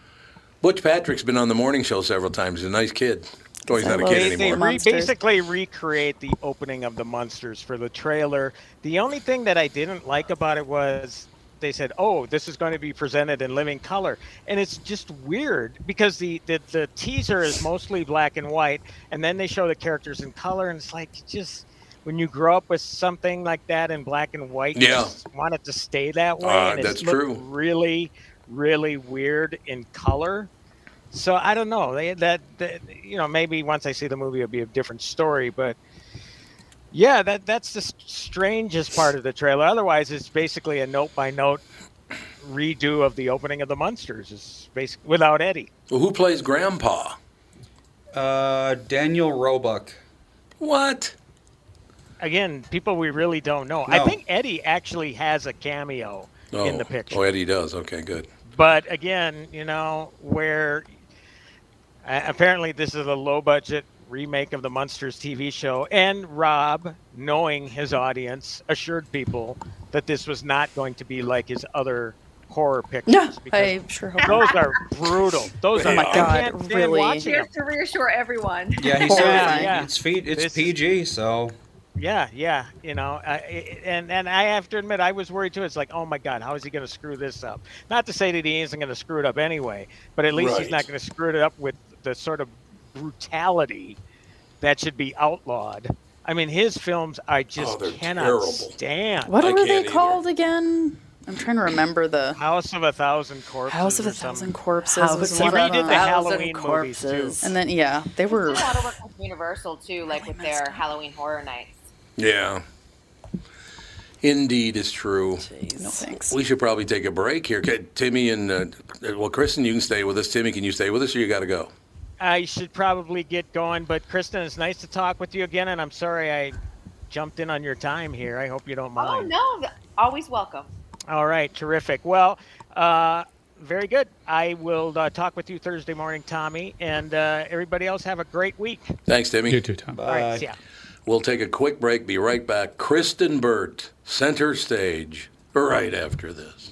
Speaker 1: Butch Patrick's been on the morning show several times. He's a nice kid. Oh, he's
Speaker 3: I
Speaker 1: not a
Speaker 3: love
Speaker 1: kid
Speaker 3: it.
Speaker 8: They
Speaker 1: anymore.
Speaker 8: re-
Speaker 3: Monsters.
Speaker 8: basically recreate the opening of the monsters for the trailer. The only thing that I didn't like about it was they said, "Oh, this is going to be presented in living color," and it's just weird because the the, the teaser is mostly black and white, and then they show the characters in color, and it's like just. When you grow up with something like that in black and white, you
Speaker 1: Yeah.
Speaker 8: just want it to stay that way.
Speaker 1: Uh,
Speaker 8: and
Speaker 1: that's
Speaker 8: it's looked
Speaker 1: true.
Speaker 8: Really, really weird in color. So I don't know. They, that, that you know, maybe once I see the movie, it'll be a different story. But yeah, that that's the s- strangest part of the trailer. Otherwise, it's basically a note by note redo of the opening of the monsters. Is basically without Eddie.
Speaker 1: Well, who plays Grandpa?
Speaker 5: Uh, Daniel Roebuck.
Speaker 1: What?
Speaker 8: Again, people we really don't know. I
Speaker 5: No.
Speaker 8: think Eddie actually has a cameo in the picture.
Speaker 1: Oh, Eddie does. Okay, good.
Speaker 8: But again, you know, where uh, apparently this is a low budget remake of the Monsters TV show, and Rob, knowing his audience, assured people that this was not going to be like his other horror pictures.
Speaker 3: No,
Speaker 8: because
Speaker 3: I sure hope.
Speaker 8: those are brutal. Those
Speaker 1: Oh
Speaker 8: are
Speaker 1: my
Speaker 8: I
Speaker 3: God,
Speaker 8: can't stand
Speaker 3: really.
Speaker 8: watching
Speaker 7: Here's
Speaker 8: them.
Speaker 7: to reassure everyone.
Speaker 5: Yeah, he's
Speaker 8: Yeah, yeah.
Speaker 5: it's feet. It's
Speaker 8: This-
Speaker 5: PG, so
Speaker 8: Yeah, yeah, you know, I, I- and and I have to admit, I was worried too. It's like, oh my God, how is he going to screw this up? Not to say that he isn't going to screw it up anyway, but at least he's not
Speaker 1: Right.
Speaker 8: going to screw it up with the sort of brutality that should be outlawed. I mean, his films, I just
Speaker 1: Oh, they're
Speaker 8: cannot
Speaker 1: terrible.
Speaker 8: stand.
Speaker 3: What
Speaker 1: I
Speaker 3: were they
Speaker 1: can't either.
Speaker 3: called again? I'm trying to remember the
Speaker 8: House of a Thousand Corpses.
Speaker 3: House of
Speaker 8: or
Speaker 3: a Thousand
Speaker 8: something.
Speaker 3: Corpses.
Speaker 4: House
Speaker 3: was
Speaker 4: of
Speaker 3: one
Speaker 8: He
Speaker 3: of
Speaker 8: redid
Speaker 3: them.
Speaker 8: the
Speaker 4: Thousand
Speaker 8: Halloween movies, too.
Speaker 4: Corpses.
Speaker 3: And then yeah, they
Speaker 7: A
Speaker 3: were.
Speaker 7: lot of work with Universal too, like with their Halloween Horror Nights.
Speaker 1: Yeah. Indeed, it's true.
Speaker 3: No thanks.
Speaker 1: We should probably take a break here. Okay, Timmy and uh, well, Kristen, you can stay with us. Timmy, can you stay with us, or you got to go?
Speaker 8: I should probably get going, but Kristen, it's nice to talk with you again, and I'm sorry I jumped in on your time here. I hope you don't
Speaker 7: Oh
Speaker 8: mind.
Speaker 7: no, th- always welcome.
Speaker 8: All right, terrific. Well, uh, very good. I will uh, talk with you Thursday morning, Tommy, and uh, everybody else have a great week.
Speaker 1: Thanks, Timmy.
Speaker 2: You too, Tom.
Speaker 8: All right, see ya.
Speaker 1: We'll take a quick break. Be right back. Kristen Burt, center stage, right after this.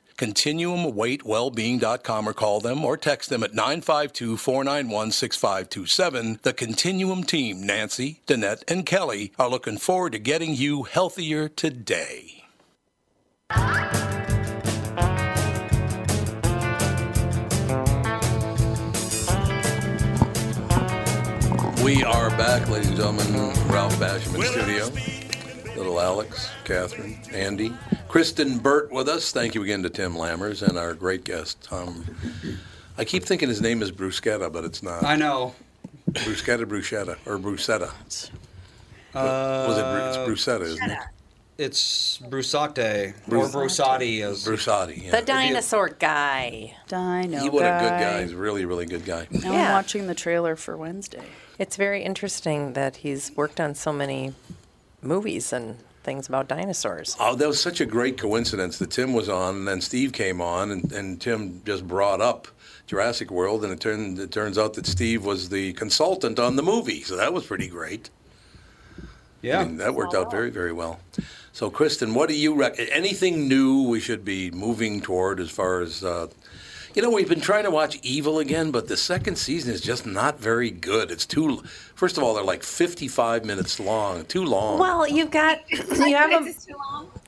Speaker 10: ContinuumWeightWellbeing.com or call them or text them at 952 491 6527. The Continuum team, Nancy, Danette, and Kelly, are looking forward to getting you healthier today.
Speaker 1: We are back, ladies and gentlemen. Ralph Basham in studio. Little Alex, Catherine, Andy, Kristen Burt with us. Thank you again to Tim Lammers and our great guest, Tom. I keep thinking his name is Bruschetta, but it's not.
Speaker 5: I know.
Speaker 1: Bruschetta, Bruschetta, or Bruschetta. was it Bru- it's
Speaker 5: Uh,
Speaker 1: Bruschetta, isn't it?
Speaker 5: It's Brusate or
Speaker 1: Brus-
Speaker 5: Brusati as
Speaker 1: Brusati.
Speaker 4: The dinosaur guy.
Speaker 3: Dino.
Speaker 1: He was a good
Speaker 3: guy.
Speaker 1: guy. He's a really, really good guy.
Speaker 3: Now I'm watching the trailer for Wednesday.
Speaker 4: It's very interesting that he's worked on so many movies and things about dinosaurs.
Speaker 1: Oh, that was such a great coincidence that Tim was on, and then Steve came on, and, and Tim just brought up Jurassic World, and it turned it turns out that Steve was the consultant on the movie, so that was pretty great.
Speaker 5: Yeah,
Speaker 1: I mean, that worked out very, very well. So, Kristen, what do you rec- anything new we should be moving toward as far as? Uh, you know, we've been trying to watch Evil again, but the second season is just not very good. It's too. First of all, they're like 55 minutes long. Too long.
Speaker 4: Well, you've got you have a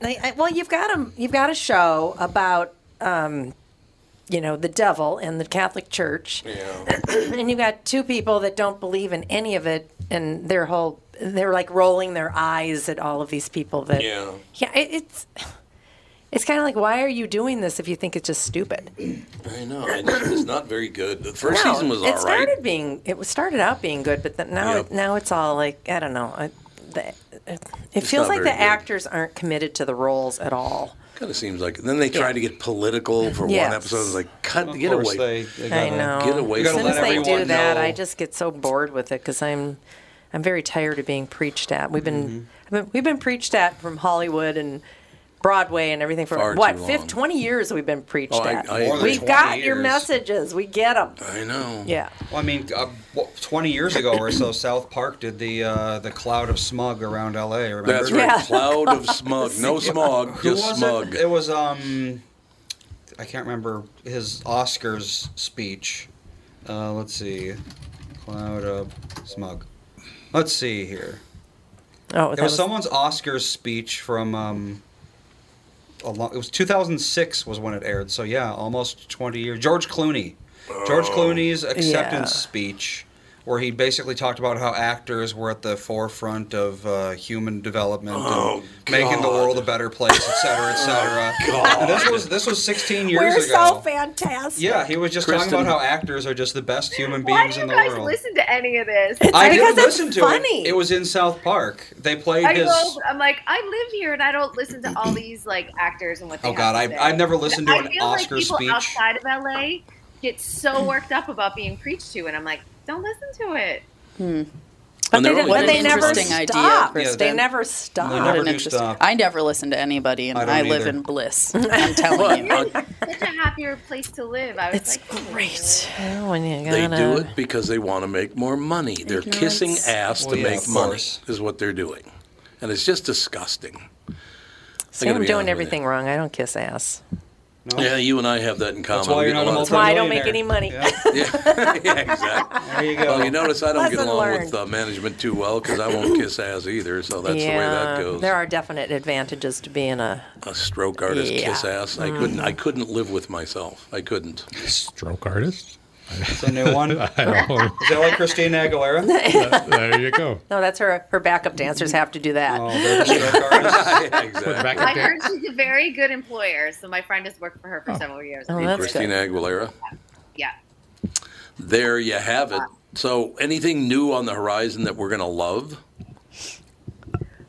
Speaker 4: I- I- well, you've got a you've got a show about um, you know the devil and the Catholic Church,
Speaker 1: yeah.
Speaker 4: and you've got two people that don't believe in any of it, and their whole they're like rolling their eyes at all of these people that
Speaker 1: Yeah.
Speaker 4: yeah it, it's it's kind of like why are you doing this if you think it's just stupid?
Speaker 1: I know. It's, it's not very good. The first
Speaker 4: No,
Speaker 1: season was all
Speaker 4: it
Speaker 1: right.
Speaker 4: started being it was started out being good, but then now
Speaker 1: Yep.
Speaker 4: now it's all like I don't know. I, the, it, it
Speaker 1: It's
Speaker 4: feels
Speaker 1: not
Speaker 4: like the
Speaker 1: very good.
Speaker 4: actors aren't committed to the roles at all.
Speaker 1: Kind of seems like. And then they tried to get political for
Speaker 4: Yes.
Speaker 1: one episode. It's like, cut,
Speaker 5: Of
Speaker 1: get
Speaker 5: course
Speaker 1: away.
Speaker 5: they- they gotta-
Speaker 4: I know.
Speaker 1: Get away.
Speaker 4: As
Speaker 1: from
Speaker 4: soon
Speaker 1: that.
Speaker 4: as they do that, I just get so bored with it because I'm, I'm very tired of being preached at. We've been,
Speaker 1: Mm-hmm.
Speaker 4: I've been- we've been preached at from Hollywood and Broadway and everything for
Speaker 1: Far
Speaker 4: what
Speaker 1: too long.
Speaker 4: 50, 20 years we've been preached
Speaker 1: Oh, I-
Speaker 4: at.
Speaker 1: I More than
Speaker 4: We've
Speaker 5: 20
Speaker 4: got your
Speaker 5: years.
Speaker 4: messages. We get them.
Speaker 1: I know.
Speaker 4: Yeah.
Speaker 5: Well, I mean, uh, what, 20 years ago or so, South Park did the uh, the cloud of smog around L.A. Remember?
Speaker 1: That's right. Cloud of smog. No smog,
Speaker 5: Who
Speaker 1: just
Speaker 5: was
Speaker 1: smog.
Speaker 5: It? it was um, I can't remember his Oscars speech. Uh, let's see, cloud of smog. Let's see here.
Speaker 4: Oh,
Speaker 5: it
Speaker 4: that
Speaker 5: was,
Speaker 4: was-
Speaker 5: someone's Oscars speech from um. A long, it was 2006 was when it aired. So yeah, almost 20 years. George Clooney, George
Speaker 1: Oh.
Speaker 5: Clooney's acceptance
Speaker 1: Yeah.
Speaker 5: speech, where he basically talked about how actors were at the forefront of uh, human development,
Speaker 1: Oh,
Speaker 5: and making
Speaker 1: God.
Speaker 5: the
Speaker 1: Oh,
Speaker 5: world a better place, et cetera, et cetera.
Speaker 1: God.
Speaker 5: And this was this was 16 years
Speaker 4: We're so
Speaker 5: ago.
Speaker 4: fantastic.
Speaker 5: yeah, he was just talking
Speaker 1: Kristen-
Speaker 5: about how actors are just the best human
Speaker 7: Why
Speaker 5: beings
Speaker 7: do
Speaker 5: in
Speaker 7: you
Speaker 5: the
Speaker 7: guys
Speaker 5: world.
Speaker 7: listen to any of this?
Speaker 5: I didn't listen to it. It was in South Park. They played
Speaker 7: I
Speaker 5: his.
Speaker 7: will, I'm like, I live here and I don't listen to all these like actors and what they
Speaker 5: Oh
Speaker 7: have
Speaker 5: God,
Speaker 7: to
Speaker 5: I
Speaker 7: say.
Speaker 5: I've never listened to
Speaker 7: I
Speaker 5: an
Speaker 7: feel
Speaker 5: Oscar
Speaker 7: like people
Speaker 5: speech.
Speaker 7: outside of LA get so worked up about being preached to, and I'm like, don't listen to it.
Speaker 3: But
Speaker 5: And they're
Speaker 3: they,
Speaker 5: only
Speaker 3: but
Speaker 5: good
Speaker 3: they
Speaker 5: for
Speaker 3: never
Speaker 5: something.
Speaker 3: stop.
Speaker 5: Yeah, they-
Speaker 3: they
Speaker 5: they
Speaker 3: never
Speaker 4: stop.
Speaker 5: never do stop.
Speaker 3: I never listen to anybody, and
Speaker 5: I
Speaker 3: I,
Speaker 5: don't
Speaker 3: live
Speaker 5: either.
Speaker 3: in bliss. I'm telling you.
Speaker 7: Such a happier place to live. I was like, great.
Speaker 1: They do it because they want to make more money. They're kissing
Speaker 7: Ignorance.
Speaker 1: ass
Speaker 5: Well,
Speaker 1: to
Speaker 5: yeah,
Speaker 1: make
Speaker 5: of
Speaker 1: money,
Speaker 5: course.
Speaker 1: is what they're doing. And it's just disgusting.
Speaker 4: See, I'm
Speaker 1: gotta be honest with
Speaker 4: doing
Speaker 1: you.
Speaker 4: everything wrong. I don't kiss ass.
Speaker 1: Yeah, you and I have that in common.
Speaker 5: That's why
Speaker 1: We
Speaker 5: you're
Speaker 1: get
Speaker 5: not a
Speaker 1: along.
Speaker 4: That's why I don't make any money.
Speaker 1: Yeah, exactly. There you go. Well, you notice I don't
Speaker 4: Lesson
Speaker 1: get along
Speaker 4: learned.
Speaker 1: with uh, management too well because I won't kiss ass either. So that's the way that goes.
Speaker 4: There are definite advantages to being a.
Speaker 1: A stroke artist
Speaker 4: Yeah.
Speaker 1: kiss ass. I couldn't. I couldn't live with myself. I couldn't.
Speaker 2: Stroke artist.
Speaker 5: It's a new one. Is
Speaker 2: I don't-
Speaker 5: that like Christina Aguilera?
Speaker 2: there you go.
Speaker 4: No, that's her. Her backup dancers have to do that.
Speaker 5: Oh,
Speaker 7: I heard she's a very good employer, so my friend has worked for her for several years.
Speaker 1: Hey, Christina Aguilera.
Speaker 7: Yeah.
Speaker 1: There you have it. So, anything new on the horizon that we're gonna love?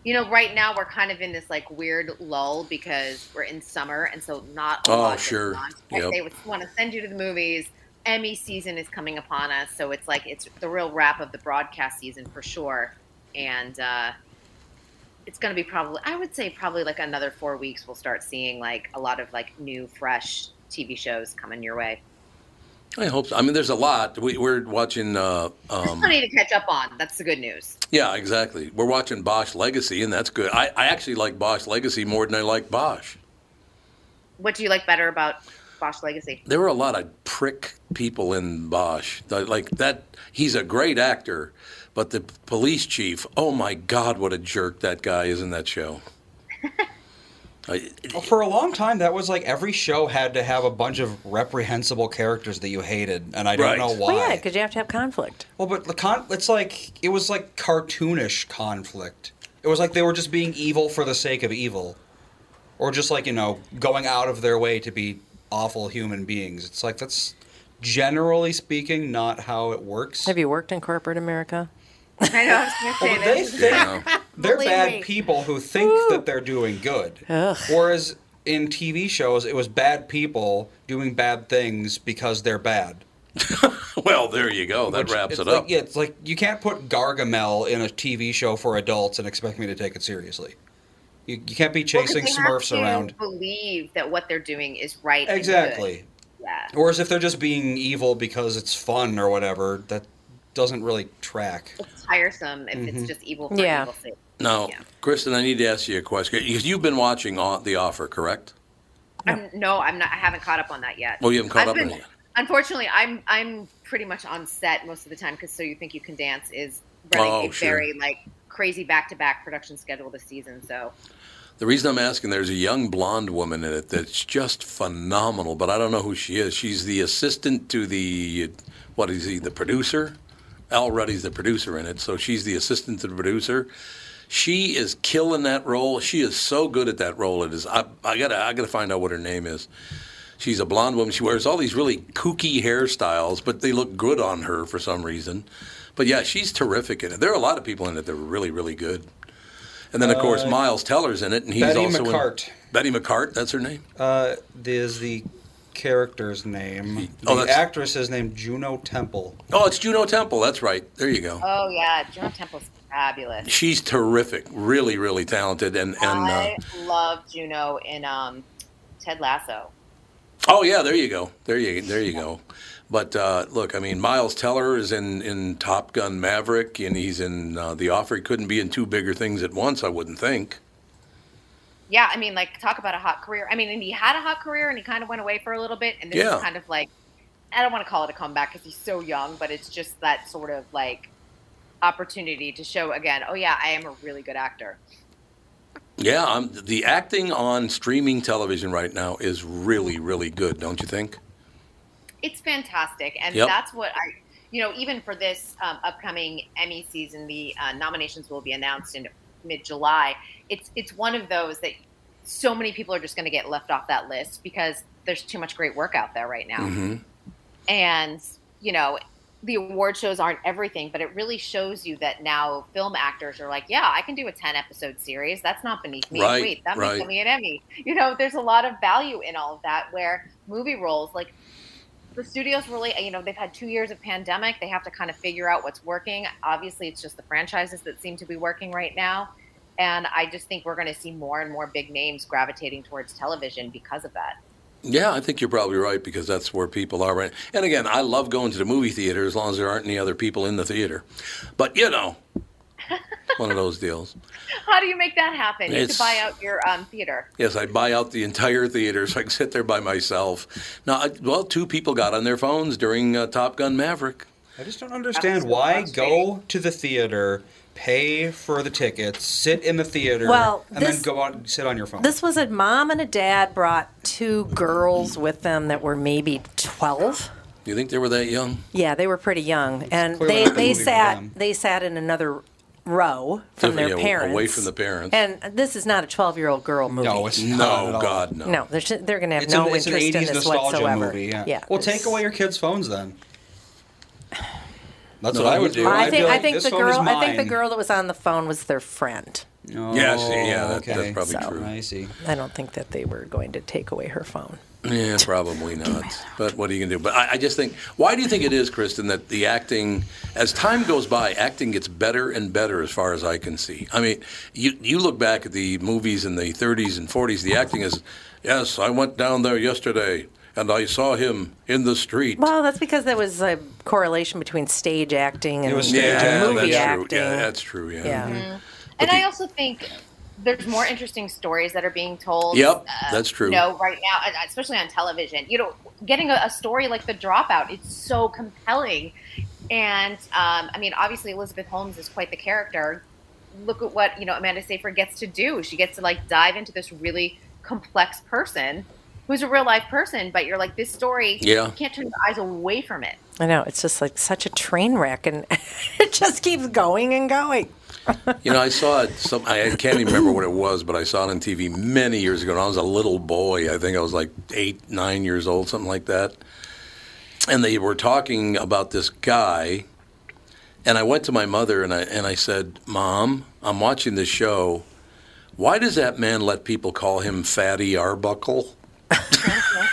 Speaker 7: You know, right now we're kind of in this like weird lull because we're in summer, and so not. A
Speaker 1: Oh,
Speaker 7: lot goes
Speaker 1: sure.
Speaker 7: on.
Speaker 1: Yep.
Speaker 7: Like, They would want to send you to the movies. Emmy season is coming upon us, so it's like it's the real wrap of the broadcast season for sure, and uh, it's going to be probably. I would say probably like another four weeks. We'll start seeing like a lot of like new, fresh TV shows coming your way.
Speaker 1: I hope. So. I mean, there's a lot. We, we're watching. Uh, um,
Speaker 7: Plenty to catch up on. That's the good news.
Speaker 1: yeah, exactly. We're watching Bosch Legacy, and that's good. I, I actually like Bosch Legacy more than I like Bosch.
Speaker 7: What do you like better about Bosch Legacy?
Speaker 1: There were a lot of prick people in Bosch. That- Like that, he's a great actor, but the police chief. Oh my God, what a jerk that guy is in that show. I,
Speaker 5: Well, for a long time, that was like every show had to have a bunch of reprehensible characters that you hated, and I don't
Speaker 1: Right.
Speaker 5: know why.
Speaker 4: Well, yeah, because you have to have conflict.
Speaker 5: Well, but the con- it's like it was like cartoonish conflict. It was like they were just being evil for the sake of evil, or just like you know going out of their way to be awful human beings. It's like that's generally speaking not how it works.
Speaker 4: Have you worked in corporate America?
Speaker 7: I know. I was gonna say
Speaker 5: Well,
Speaker 1: Oh,
Speaker 5: they
Speaker 7: this.
Speaker 5: think they're
Speaker 7: Believe
Speaker 5: bad
Speaker 7: me.
Speaker 5: people who think that they're doing good. Whereas in TV shows, it was bad people doing bad things because they're bad.
Speaker 1: well, there you go. That
Speaker 5: Which
Speaker 1: wraps
Speaker 5: it's
Speaker 1: it
Speaker 5: like-
Speaker 1: up.
Speaker 5: yeah, it's like you can't put Gargamel in a TV show for adults and expect me to take it seriously. You, you can't be
Speaker 7: Well, 'cause
Speaker 5: chasing
Speaker 7: they have
Speaker 5: Smurfs
Speaker 7: to
Speaker 5: around.
Speaker 7: Believe that what they're doing is right. and good.
Speaker 5: Exactly.
Speaker 7: Yeah.
Speaker 5: Whereas if they're just being evil because it's fun or whatever, that doesn't really track.
Speaker 7: It's tiresome if it's
Speaker 1: Mm-hmm.
Speaker 5: Mhm.
Speaker 7: just evil for
Speaker 4: Yeah.
Speaker 7: evil's sake.
Speaker 1: Now, Kristen, I need to ask you a question. You- You've been watching Au- The Offer, correct?
Speaker 7: I'm, no, I'm not. I haven't caught up on that yet.
Speaker 1: Oh, you haven't caught
Speaker 7: I've
Speaker 1: up
Speaker 7: been-
Speaker 1: on it yet.
Speaker 7: Unfortunately, I'm I'm pretty much on set most of the time because so you think you can dance is running
Speaker 1: Oh,
Speaker 7: a
Speaker 1: sure.
Speaker 7: very like crazy back to back production schedule this season. So
Speaker 1: The reason I'm asking, there's a young blonde woman in it that's just phenomenal, but I don't know who she is. She's the assistant to the, what is he, the producer? Al Ruddy's the producer in it, so she's the assistant to the producer. She is killing that role. She is so good at that role. It is. I, I gotta. I gotta find out what her name is. She's a blonde woman. She wears all these really kooky hairstyles, but they look good on her for some reason. But yeah, she's terrific in it. There are a lot of people in it that are really, really good. And then of course
Speaker 5: Uh,
Speaker 1: Miles Teller's in it, and he's
Speaker 5: Betty
Speaker 1: also
Speaker 5: McCart.
Speaker 1: in Betty McCart. That's her name.
Speaker 5: Uh, there's the character's name.
Speaker 1: Oh,
Speaker 5: the
Speaker 1: that's-
Speaker 5: actress is named Juno Temple.
Speaker 1: Oh, it's Juno Temple. That's right. There you go.
Speaker 7: oh yeah, John Temple's fabulous.
Speaker 1: She's terrific. Really, really talented. And and uh,
Speaker 7: I love Juno in um, Ted Lasso.
Speaker 1: Oh yeah, there you go, there you there you go. But uh, look, I mean, Miles Teller is in, in Top Gun Maverick, and he's in uh, The Offer. He couldn't be in two bigger things at once, I wouldn't think.
Speaker 7: Yeah, I mean, like talk about a hot career. I mean, and he had a hot career, and he kind of went away for a little bit, and this
Speaker 1: Yeah.
Speaker 7: is kind of like I don't want to call it a comeback because he's so young, but it's just that sort of like opportunity to show again. Oh yeah, I am a really good actor.
Speaker 1: Yeah, i the acting on streaming television right now is really, really good, don't you think?
Speaker 7: It's fantastic, and
Speaker 1: Yep.
Speaker 7: that's what I, you know, even for this um, upcoming Emmy season, the uh, nominations will be announced in mid-July. It's it's one of those that so many people are just going to get left off that list because there's too much great work out there right now.
Speaker 1: Mm-hmm.
Speaker 7: and you know the award shows aren't everything but it really shows you that now film actors are like yeah i can do a 10 episode series that's not beneath me
Speaker 11: Right,
Speaker 7: wait that
Speaker 11: right.
Speaker 7: makes me an emmy you know there's a lot of value in all of that where movie roles like the studios really you know they've had two years of pandemic they have to kind of figure out what's working obviously it's just the franchises that seem to be working right now and i just think we're going to see more and more big names gravitating towards television because of that
Speaker 1: Yeah, I think you're probably right because that's where people are right. And again, I love going to the movie theater as long as there aren't any other people in the theater. But you know, One of those deals.
Speaker 7: How do you make that happen? You have
Speaker 1: It's-
Speaker 7: to buy out your um, theater.
Speaker 1: Yes, I buy out the entire theater so I can sit there by myself. Now, I, well, two people got on their phones during uh, Top Gun Maverick.
Speaker 5: I just don't understand why go to the theater, pay for the tickets, sit in the theater,
Speaker 4: Well,
Speaker 5: and
Speaker 4: this-
Speaker 5: then go out and sit on your phone.
Speaker 4: This was a mom and a dad brought two girls with them that were maybe 12.
Speaker 1: You think they were that young?
Speaker 4: Yeah, they were pretty young, and
Speaker 1: clearly
Speaker 4: they,
Speaker 1: not a
Speaker 4: they
Speaker 1: movie for
Speaker 4: sat
Speaker 1: them.
Speaker 4: they sat in another row from their
Speaker 1: Different, yeah,
Speaker 4: parents,
Speaker 1: Away from the parents.
Speaker 4: And this is not a twelve year old girl movie.
Speaker 1: No, it's not No, at all. Oh, God, no.
Speaker 4: No, they're, sh- they're going to have
Speaker 5: it's
Speaker 4: no
Speaker 5: an, it's an
Speaker 4: interest
Speaker 5: 80s
Speaker 4: in this
Speaker 5: nostalgia
Speaker 4: whatsoever.
Speaker 5: movie. Yeah.
Speaker 4: yeah.
Speaker 5: Well, take away your kids' phones then. That's
Speaker 1: No,
Speaker 5: what I
Speaker 1: you-
Speaker 5: would do.
Speaker 4: I
Speaker 5: I'd be
Speaker 4: think I
Speaker 5: like,
Speaker 4: think
Speaker 5: "This
Speaker 4: the
Speaker 5: phone is
Speaker 4: girl I think the
Speaker 5: mine."
Speaker 4: girl that was on the phone was their friend.
Speaker 1: Yeah, see, yeah, that- that's
Speaker 5: okay.
Speaker 1: probably true.
Speaker 5: I see.
Speaker 4: I don't think that they were going to take away her phone.
Speaker 1: Yeah, probably not. But what are you going to do? But I, I just think, why do you think it is, Kristen, that the acting, as time goes by, acting gets better and better as far as I can see? I mean, you, you look back at the movies in the 30s and 40s, the acting is, yes, I went down there yesterday and I saw him in the street.
Speaker 4: Well, that's because there was a correlation between stage acting and
Speaker 1: yeah,
Speaker 4: and movie
Speaker 1: that's
Speaker 4: acting.
Speaker 1: True. Yeah, that's true. Yeah.
Speaker 4: Yeah.
Speaker 5: Mm-hmm.
Speaker 7: And I also think there's more interesting stories that are being told. uh,
Speaker 1: Yep, that's true.
Speaker 7: You know, right now, and uh, especially on television, you know, getting a, a story like The Dropout, it's so compelling. And um, I mean, obviously, Elizabeth Holmes is quite the character. Look at what you know Amanda Seyfried gets to do. She gets to like dive into this really complex person who's a real life person, but you're like this story.
Speaker 4: Yeah.
Speaker 7: you can't turn your eyes away from it.
Speaker 4: I know it's just like such a train wreck, and it just keeps going and going.
Speaker 1: You know, I saw it. Some, I can't even remember what it was, but I saw it on TV many years ago. When I was a little boy, I think I was like eight, nine years old, something like that. And they were talking about this guy, and I went to my mother and I and I said, "Mom, I'm watching this show. Why does that man let people call him Fatty Arbuckle?"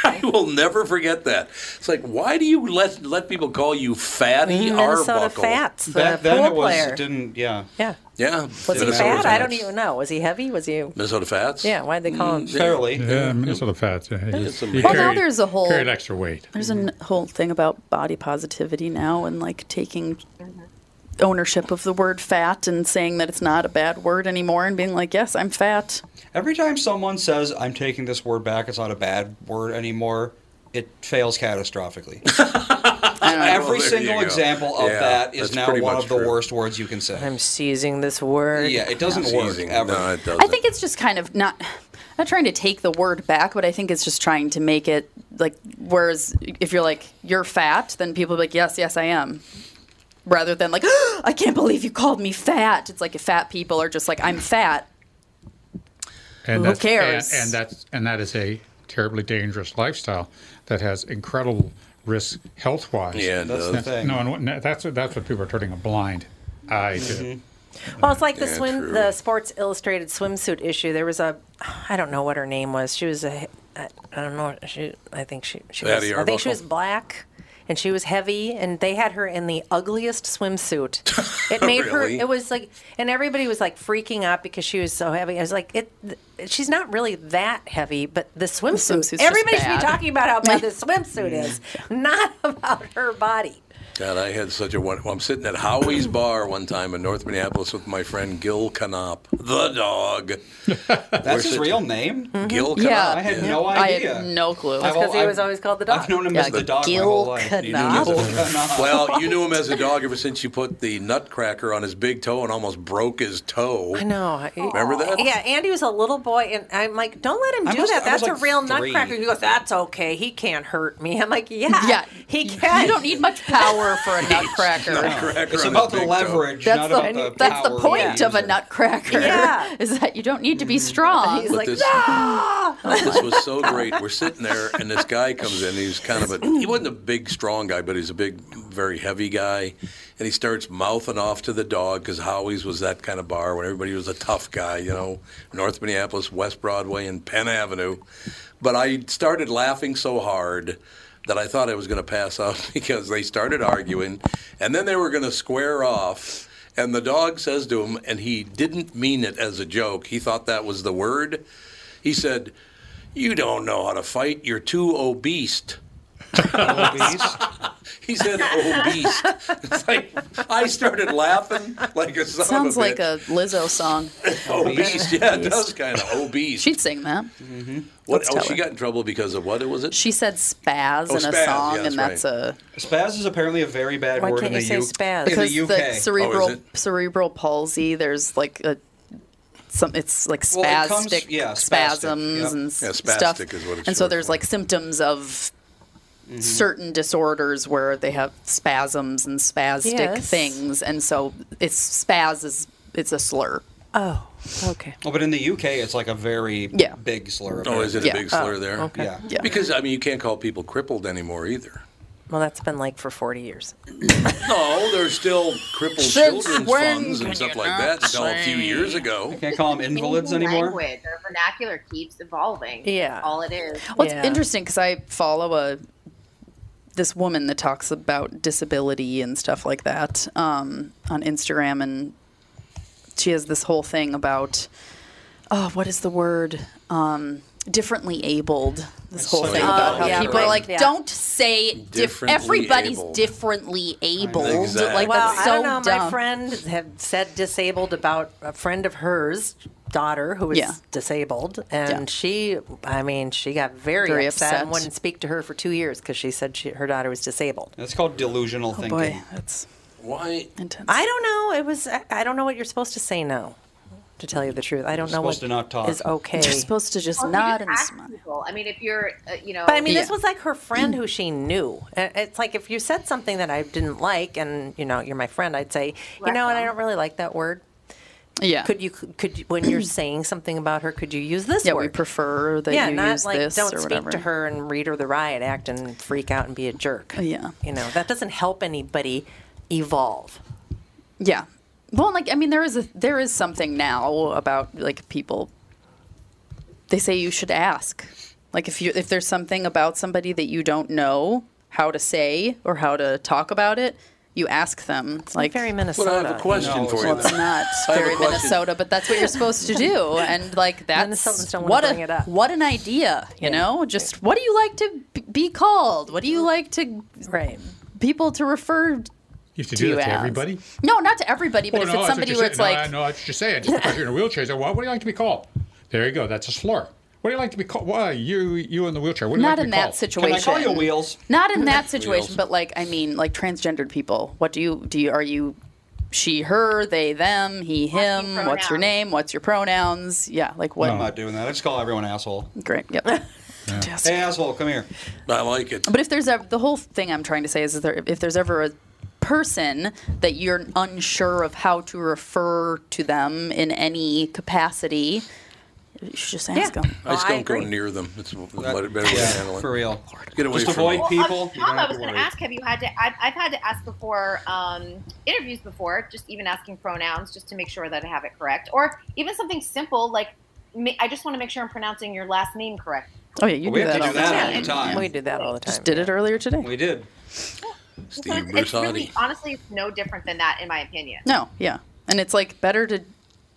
Speaker 1: I will never forget that. It's like, why do you let let people call you Fatty
Speaker 4: Minnesota
Speaker 1: Arbuckle?
Speaker 4: Fats, the Back then pool it was- player.
Speaker 5: didn't, yeah.
Speaker 4: Yeah.
Speaker 1: Yeah.
Speaker 4: Was he fat? I don't even know. Was he heavy? Was he?
Speaker 1: Minnesota Fats? Mm,
Speaker 4: Yeah. Why'd they call him?
Speaker 2: Yeah, Minnesota Fats. Yeah, you-
Speaker 1: some-
Speaker 2: you
Speaker 1: Well,
Speaker 3: now
Speaker 2: carried-
Speaker 3: there's a whole-
Speaker 2: carried extra weight.
Speaker 3: There's a n- whole thing about body positivity now and like taking ownership of the word fat and saying that it's not a bad word anymore and being like, yes, I'm fat.
Speaker 5: Every time someone says, I'm taking this word back, it's not a bad word anymore, it fails catastrophically. Every
Speaker 1: Well, there you
Speaker 5: single
Speaker 1: go.
Speaker 5: example of
Speaker 1: Yeah,
Speaker 5: that is
Speaker 1: that's
Speaker 5: now
Speaker 1: pretty
Speaker 5: one
Speaker 1: much
Speaker 5: of the
Speaker 1: true.
Speaker 5: worst words you can say.
Speaker 4: I'm seizing this word.
Speaker 5: Yeah, it doesn't
Speaker 1: It's
Speaker 5: work
Speaker 1: easy.
Speaker 5: ever.
Speaker 1: No, it doesn't.
Speaker 3: I think it's just kind of not not trying to take the word back, but I think it's just trying to make it like whereas if you're like you're fat, then people be like yes, yes, I am. Rather than like I can't believe you called me fat. It's like if fat people are just like I'm fat. Who
Speaker 2: that's-
Speaker 3: cares?
Speaker 2: And, and that's and that is a terribly dangerous lifestyle that has incredible risk health wise.
Speaker 1: Yeah, it That's the does. thing.
Speaker 2: No, and what- and that's what- that's what people are turning a blind eye
Speaker 3: Mm-hmm.
Speaker 2: to. Uh,
Speaker 4: Well, it's like the
Speaker 2: Yeah,
Speaker 4: swim,
Speaker 2: true.
Speaker 4: the Sports Illustrated swimsuit issue. There was a, I don't know what her name was. She was a, I I don't know. what She, I think she, she was,
Speaker 11: Fatty
Speaker 4: I think she
Speaker 11: Arbuckle?
Speaker 4: was black, and she was heavy, and they had her in the ugliest swimsuit. It made her.
Speaker 11: Really?
Speaker 4: It was like, and everybody was like freaking out because she was so heavy. I was like, it. She's not really that heavy, but the swimsuit.
Speaker 3: swimsuit's just
Speaker 4: everybody should be
Speaker 3: bad.
Speaker 4: talking about how bad the swimsuit is, not about her body.
Speaker 1: God, I had such a one. Well, I'm sitting at Howie's Bar one time in North Minneapolis with my friend Gil Canop, the dog.
Speaker 5: That's his real name?
Speaker 1: Gil
Speaker 4: Mm-hmm.
Speaker 1: Canop.
Speaker 3: Yeah.
Speaker 5: I had no
Speaker 3: I had
Speaker 5: idea.
Speaker 3: no clue.
Speaker 5: That's 'cause he I've- was
Speaker 4: always called the
Speaker 5: I've known him as the dog my whole life.
Speaker 1: You knew him as a- well, you knew him as a dog ever since you put the nutcracker on his big toe and almost broke his toe.
Speaker 4: I know. I-
Speaker 1: Remember that?
Speaker 4: Yeah, Andy was a little boy, and I'm like, don't let him
Speaker 1: I
Speaker 4: do
Speaker 1: must-
Speaker 4: that.
Speaker 1: I
Speaker 4: That's
Speaker 1: was
Speaker 4: a
Speaker 1: like
Speaker 4: real
Speaker 1: three.
Speaker 4: nutcracker. He goes, that's okay. He can't hurt me. I'm like, yeah, yeah, he can.
Speaker 3: You don't need much power for a nutcracker.
Speaker 1: Nutcracker
Speaker 5: It's
Speaker 1: on
Speaker 5: about
Speaker 1: his
Speaker 5: the
Speaker 1: big toe.
Speaker 5: leverage,
Speaker 3: That's
Speaker 5: not
Speaker 3: the,
Speaker 5: about the
Speaker 3: that's the
Speaker 5: power
Speaker 3: point
Speaker 5: you
Speaker 3: of a
Speaker 5: use.
Speaker 3: nutcracker.
Speaker 1: Yeah.
Speaker 3: Is that you don't need
Speaker 5: Mm.
Speaker 3: to be strong.
Speaker 1: He's But like, this- this was so great. We're sitting there, and this guy comes in. He's kind of a he wasn't a big, strong guy, but he's a big, very heavy guy. And he starts mouthing off to the dog because Howie's was that kind of bar when everybody was a tough guy, you know, North Minneapolis, West Broadway, and Penn Avenue. But I started laughing so hard that I thought I was going to pass out because they started arguing, and then they were going to square off. And the dog says to him, and he didn't mean it as a joke. He thought that was the word. He said, you don't know how to fight. You're too obese.
Speaker 5: obese.
Speaker 1: He said obese. It's like I started laughing like a son
Speaker 3: Sounds
Speaker 1: of a
Speaker 3: like
Speaker 1: bitch.
Speaker 3: a Lizzo song.
Speaker 5: Oh,
Speaker 1: obese. Yeah, it does kind of obese.
Speaker 3: She'd sing that.
Speaker 1: What?
Speaker 3: Let's
Speaker 1: Oh,
Speaker 3: tell
Speaker 1: she
Speaker 3: her.
Speaker 1: got in trouble because of what? Was it?
Speaker 3: She said spaz
Speaker 1: Oh,
Speaker 3: in a
Speaker 1: spaz,
Speaker 3: song,
Speaker 1: yeah,
Speaker 3: and
Speaker 1: that's
Speaker 3: that's a
Speaker 5: Spaz is apparently a very bad
Speaker 3: Why
Speaker 5: word
Speaker 3: can't you
Speaker 5: in the
Speaker 3: say
Speaker 5: U-
Speaker 3: spaz?
Speaker 5: in the
Speaker 3: Because
Speaker 5: UK.
Speaker 3: like cerebral
Speaker 5: Oh, is it?
Speaker 3: cerebral palsy, there's like a some it's like spastic
Speaker 5: Well, it comes- yeah, spastic,
Speaker 3: spasms
Speaker 5: yep.
Speaker 3: and s-
Speaker 1: Yeah,
Speaker 3: stuff.
Speaker 1: spastic is what it's
Speaker 3: and so
Speaker 1: short
Speaker 3: there's like symptoms of
Speaker 5: Mm-hmm.
Speaker 3: certain disorders where they have spasms and spastic
Speaker 4: Yes.
Speaker 3: things, and so it's spaz is it's a slur.
Speaker 4: Oh, okay.
Speaker 5: Oh, but in the UK, it's like a very
Speaker 3: Yeah.
Speaker 5: big slur.
Speaker 1: Oh, is it a
Speaker 3: Yeah.
Speaker 1: big slur there?
Speaker 4: okay.
Speaker 5: Yeah.
Speaker 1: Because I mean, you can't call people crippled anymore either.
Speaker 4: Well, that's been like for 40 years.
Speaker 1: No, there's still crippled
Speaker 4: Since
Speaker 1: children's
Speaker 4: when
Speaker 1: funds
Speaker 4: can
Speaker 1: and stuff
Speaker 4: you
Speaker 1: like
Speaker 4: not
Speaker 1: that until a few
Speaker 4: say?
Speaker 1: years ago.
Speaker 5: Can't call them invalids anymore.
Speaker 7: Language or vernacular keeps evolving.
Speaker 3: Yeah.
Speaker 7: All it is.
Speaker 3: Well, it's interesting because I follow a this woman that talks about disability and stuff like that um, on Instagram, and she has this whole thing about oh, what is the word? Um, differently abled. This whole
Speaker 4: so
Speaker 3: thing
Speaker 4: dumb.
Speaker 3: about how
Speaker 4: Yeah,
Speaker 3: people are
Speaker 4: right,
Speaker 3: like,
Speaker 4: yeah.
Speaker 3: don't say diff-
Speaker 4: Differently
Speaker 3: everybody's
Speaker 4: abled.
Speaker 3: differently able.
Speaker 1: Exactly.
Speaker 3: Like
Speaker 4: well,
Speaker 3: that's
Speaker 4: I
Speaker 3: so
Speaker 4: don't know. My
Speaker 3: dumb.
Speaker 4: friend had said disabled about a friend of hers daughter who was
Speaker 3: Yeah.
Speaker 4: disabled and
Speaker 3: Yeah.
Speaker 4: she i mean she got very,
Speaker 3: Very
Speaker 4: upset, and
Speaker 3: upset.
Speaker 4: wouldn't speak to her for two years because she said she, her daughter was disabled
Speaker 5: That's called
Speaker 3: Oh,
Speaker 5: delusional thinking.
Speaker 4: boy,
Speaker 3: that's
Speaker 1: why
Speaker 3: intense
Speaker 4: i don't know it was I, I don't know what you're supposed to say now to tell you the truth i don't know what
Speaker 5: supposed to not talk.
Speaker 4: is okay
Speaker 3: You're supposed to just
Speaker 7: Well, you
Speaker 3: nod
Speaker 7: just
Speaker 3: and
Speaker 7: ask
Speaker 3: smile.
Speaker 7: people. I mean, if you're, uh, you know.
Speaker 4: But I mean, this was like her friend who she knew. Uh, It's like if you said something that I didn't like, and you know, you're my friend, I'd say, you know, what, I don't really like that word.
Speaker 3: Yeah.
Speaker 4: Could you could you, when you're saying something about her, could you use this
Speaker 3: Yeah,
Speaker 4: word?
Speaker 3: we prefer that
Speaker 4: yeah,
Speaker 3: you
Speaker 4: not
Speaker 3: use
Speaker 4: like
Speaker 3: this
Speaker 4: don't
Speaker 3: or
Speaker 4: speak
Speaker 3: whatever.
Speaker 4: to her and read her the riot act and freak out and be a jerk.
Speaker 3: Yeah.
Speaker 4: you know that doesn't help anybody evolve.
Speaker 3: Yeah. Well, like I mean, there is a there is something now about like people. They say you should ask, like if you if there's something about somebody that you don't know how to say or how to talk about it, you ask them. like
Speaker 4: very
Speaker 1: Minnesota. Well, I have a question No, for it's you
Speaker 3: Well,
Speaker 1: not.
Speaker 3: it's not
Speaker 1: I have a
Speaker 3: very
Speaker 1: question.
Speaker 3: Minnesota, but that's what you're supposed to do, and like that's
Speaker 4: don't wanna
Speaker 3: what
Speaker 4: bring
Speaker 3: a
Speaker 4: it up.
Speaker 3: what an idea, you know? Just what do you like to b- be called? What do you like to
Speaker 4: Mm. right
Speaker 3: people to refer
Speaker 2: You have
Speaker 3: to
Speaker 2: to do that to
Speaker 3: as.
Speaker 2: everybody.
Speaker 3: no, not to everybody, but
Speaker 2: Oh,
Speaker 3: if
Speaker 2: no,
Speaker 3: it's
Speaker 2: that's what
Speaker 3: somebody
Speaker 2: you're
Speaker 3: where it's
Speaker 2: saying.
Speaker 3: like,
Speaker 2: no, I know what you're saying. Just because you're in a wheelchair, so what would you like to be called? There you go. That's a slur. What do you like to be called? Why you you in the wheelchair? What do you
Speaker 3: not
Speaker 2: like to
Speaker 3: in
Speaker 2: be
Speaker 3: that
Speaker 2: called?
Speaker 3: situation. Not in that situation, but like I mean, like transgendered people. What do you do? You, are you she, her, they, them, he, him? What's your name? What's your pronouns? Yeah, like what?
Speaker 5: I'm not doing that. I just call everyone asshole.
Speaker 3: Great. Yep.
Speaker 5: Hey, asshole, come here.
Speaker 1: I like it.
Speaker 3: But if there's a the whole thing I'm trying to say is that there, if there's ever a person that you're unsure of how to refer to them in any capacity, you should just ask them.
Speaker 1: I
Speaker 7: Oh,
Speaker 1: just don't go near them. It's a better way to handle it.
Speaker 5: for real.
Speaker 1: Get away
Speaker 5: Just
Speaker 1: from
Speaker 5: avoid
Speaker 1: them.
Speaker 5: people.
Speaker 7: Well, Tom, I was going to ask, have you had to? I've, I've had to ask before um, interviews before, just even asking pronouns, just to make sure that I have it correct, or even something simple like, ma- I just want to make sure I'm pronouncing your last name correct.
Speaker 3: Oh yeah, you
Speaker 5: We
Speaker 3: do
Speaker 5: have
Speaker 3: that all
Speaker 5: to do
Speaker 3: the
Speaker 5: that all
Speaker 3: time.
Speaker 5: the time.
Speaker 4: We do that all the time.
Speaker 3: Just did it earlier today.
Speaker 5: We did.
Speaker 7: So it's, it's really, honestly, it's no different than that, in my opinion.
Speaker 3: No, yeah. And it's like better to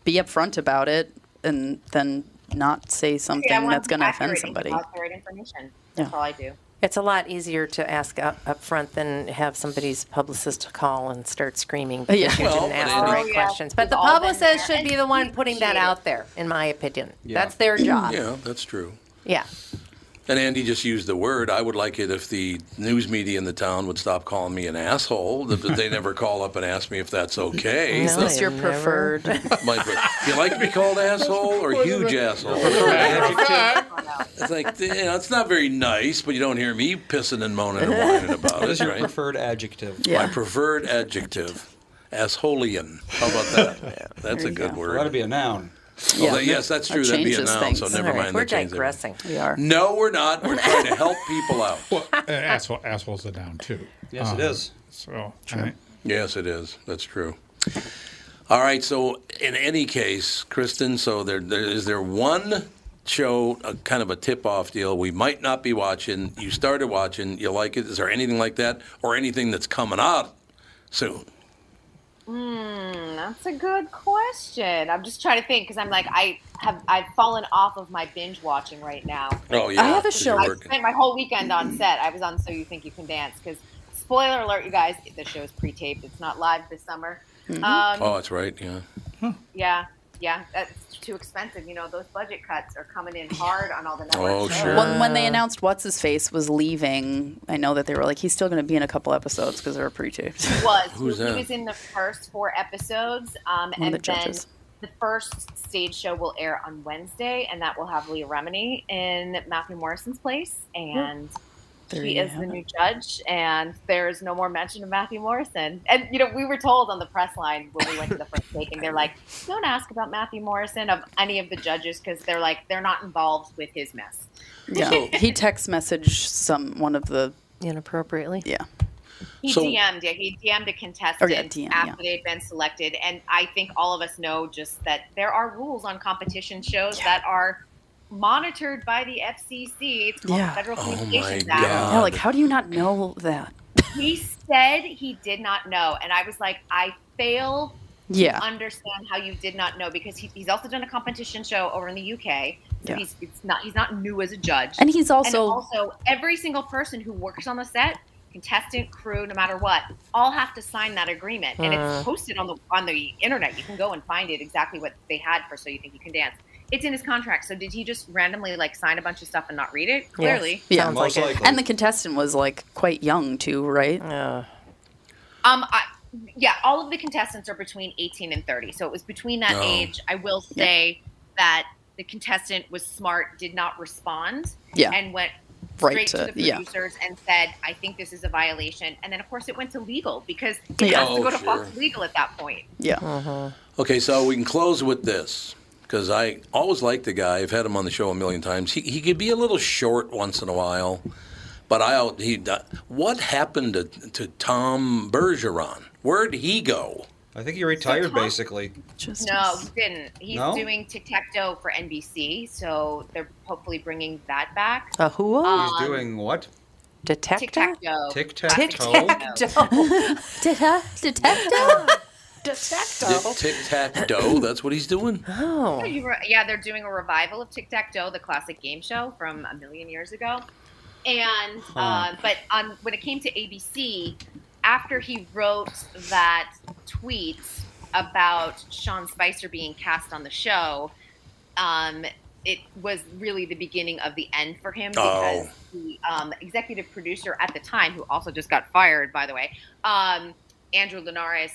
Speaker 3: be upfront about it and than not say something
Speaker 7: Yeah, I want
Speaker 3: that's going to offend
Speaker 7: accurate-
Speaker 3: somebody.
Speaker 7: Accurate information. That's
Speaker 3: Yeah.
Speaker 7: all I do.
Speaker 4: It's a lot easier to ask up, up front than have somebody's publicist call and start screaming because
Speaker 3: Yeah.
Speaker 4: you
Speaker 3: Well,
Speaker 4: didn't ask
Speaker 3: but
Speaker 4: the
Speaker 3: it-
Speaker 4: right
Speaker 3: Oh, yeah.
Speaker 4: questions. But the
Speaker 3: We've all been
Speaker 4: publicist
Speaker 3: there,
Speaker 4: should be the one putting that out there, in my opinion.
Speaker 1: Yeah.
Speaker 4: That's their job.
Speaker 1: Yeah, that's true.
Speaker 4: Yeah.
Speaker 1: And Andy just used the word. I would like it if the news media in the town would stop calling me an asshole. That that they never call up and ask me if that's okay.
Speaker 3: Is this your preferred?
Speaker 1: My, pre- you like to be called asshole or huge asshole? It's like you know, it's not very nice, but you don't hear me pissing and moaning and whining about
Speaker 5: What is
Speaker 1: it,
Speaker 5: your
Speaker 1: right?
Speaker 5: preferred adjective?
Speaker 1: My preferred adjective, assholian. How about that? That's a good word.
Speaker 5: That'd be a noun.
Speaker 1: Well, that- yes, that's true. That'd be a noun. So never mind.
Speaker 4: we're
Speaker 1: that changes everything.
Speaker 4: digressing.
Speaker 3: We are.
Speaker 1: No, we're not. We're trying to help people out.
Speaker 2: Well, uh, asshole, assholes are down too. Uh,
Speaker 1: Yes, it is.
Speaker 2: So
Speaker 1: True.
Speaker 2: all right.
Speaker 1: Yes, it is. That's true. All right. So, in any case, Kristen, so there, there is there one show, a kind of a tip-off deal we might not be watching. You started watching. You like it. Is there anything like that, or anything that's coming out soon?
Speaker 7: Hmm, That's a good question. I'm just trying to think because I'm like I have I've fallen off of my binge watching right now.
Speaker 1: Oh, yeah,
Speaker 3: I have a
Speaker 1: 'cause
Speaker 3: show.
Speaker 1: you're
Speaker 7: I
Speaker 1: working.
Speaker 7: spent my whole weekend on set. I was on So You Think You Can Dance because spoiler alert, you guys, the show is pre-taped. It's not live this summer.
Speaker 3: Mm-hmm.
Speaker 7: Um,
Speaker 1: oh, that's right. Yeah.
Speaker 7: Yeah, yeah, that's too expensive. You know, those budget cuts are coming in hard on all the networks.
Speaker 1: Oh, sure.
Speaker 3: When, when they announced What's His Face was leaving, I know that they were like, he's still going to be in a couple episodes because they were pre taped.
Speaker 7: was
Speaker 3: Who's
Speaker 7: he
Speaker 3: that?
Speaker 7: was in the first four episodes,
Speaker 3: One
Speaker 7: um,
Speaker 3: of
Speaker 7: and
Speaker 3: the
Speaker 7: then
Speaker 3: judges.
Speaker 7: the first stage show will air on Wednesday, and that will have Leah Remini in Matthew Morrison's place, and.
Speaker 3: There
Speaker 7: she
Speaker 3: you
Speaker 7: is
Speaker 3: have
Speaker 7: the
Speaker 3: it.
Speaker 7: new judge, and there is no more mention of Matthew Morrison. And you know, we were told on the press line when we went to the first taking, they're like, "Don't ask about Matthew Morrison of any of the judges because they're like they're not involved with his mess."
Speaker 3: yeah. he text messaged some one of the. Inappropriately? Yeah.
Speaker 7: He
Speaker 3: So-
Speaker 7: DM'd, yeah, he DM'd a
Speaker 3: Or,
Speaker 7: contestant
Speaker 3: yeah, DM, yeah.
Speaker 7: after they'd been selected, and I think all of us know just that there are rules on competition shows that are monitored by the FCC. It's called
Speaker 3: Yeah.
Speaker 7: the Federal
Speaker 3: Oh my
Speaker 7: Communications Act.
Speaker 3: Yeah, like, how do you not know that?
Speaker 7: He said he did not know, and I was like, I fail
Speaker 3: Yeah.
Speaker 7: to understand how you did not know because he, he's also done a competition show over in the UK. So
Speaker 3: Yeah.
Speaker 7: he's it's not he's not new as a judge,
Speaker 3: And he's also-
Speaker 7: also every single person who works on the set, contestant, crew, no matter what, all have to sign that agreement, and
Speaker 3: Uh.
Speaker 7: it's posted on the on the internet. You can go and find it exactly what they had for So You Think You Can Dance. It's in his contract. So did he just randomly like sign a bunch of stuff and not read it? Clearly,
Speaker 3: Yeah. And the contestant was like quite young too, right? Yeah.
Speaker 7: Um, I, yeah, all of the contestants are between 18 and 30. So it was between that
Speaker 3: Oh.
Speaker 7: age. I will say that the contestant was smart, did not respond,
Speaker 3: Yeah.
Speaker 7: and went
Speaker 3: Right
Speaker 7: straight to,
Speaker 3: to-
Speaker 7: the
Speaker 3: yeah.
Speaker 7: producers and said, I think this is a violation. And then, of course, it went to legal because it
Speaker 1: Yeah.
Speaker 7: has to
Speaker 1: Oh,
Speaker 7: go to
Speaker 1: sure.
Speaker 7: Fox Legal at that point.
Speaker 3: Yeah.
Speaker 5: Uh-huh.
Speaker 1: Okay, so we can close with this because I always liked the guy. I've had him on the show a million times. He, he could be a little short once in a while, but I out- he uh, what happened to to Tom Bergeron? Where'd he go?
Speaker 5: I think he retired basically.
Speaker 7: No, he didn't. He's
Speaker 1: No?
Speaker 7: doing tic tac toe for NBC. So they're hopefully bringing that back.
Speaker 4: A who?
Speaker 7: Um,
Speaker 5: He's doing what?
Speaker 7: Tic tac toe.
Speaker 5: Tic
Speaker 7: Tic
Speaker 5: tac toe.
Speaker 7: tac toe.
Speaker 3: Detective?
Speaker 1: Tic- Tic tac toe. That's what he's doing. Oh.
Speaker 7: Yeah, you were- yeah, they're doing a revival of Tic Tac Toe, the classic game show from a million years ago. And
Speaker 1: Huh.
Speaker 7: uh, but on when it came to ABC, after he wrote that tweet about Sean Spicer being cast on the show, um, it was really the beginning of the end for him because
Speaker 1: Oh.
Speaker 7: the um, executive producer at the time, who also just got fired, by the way, um, Andrew Linares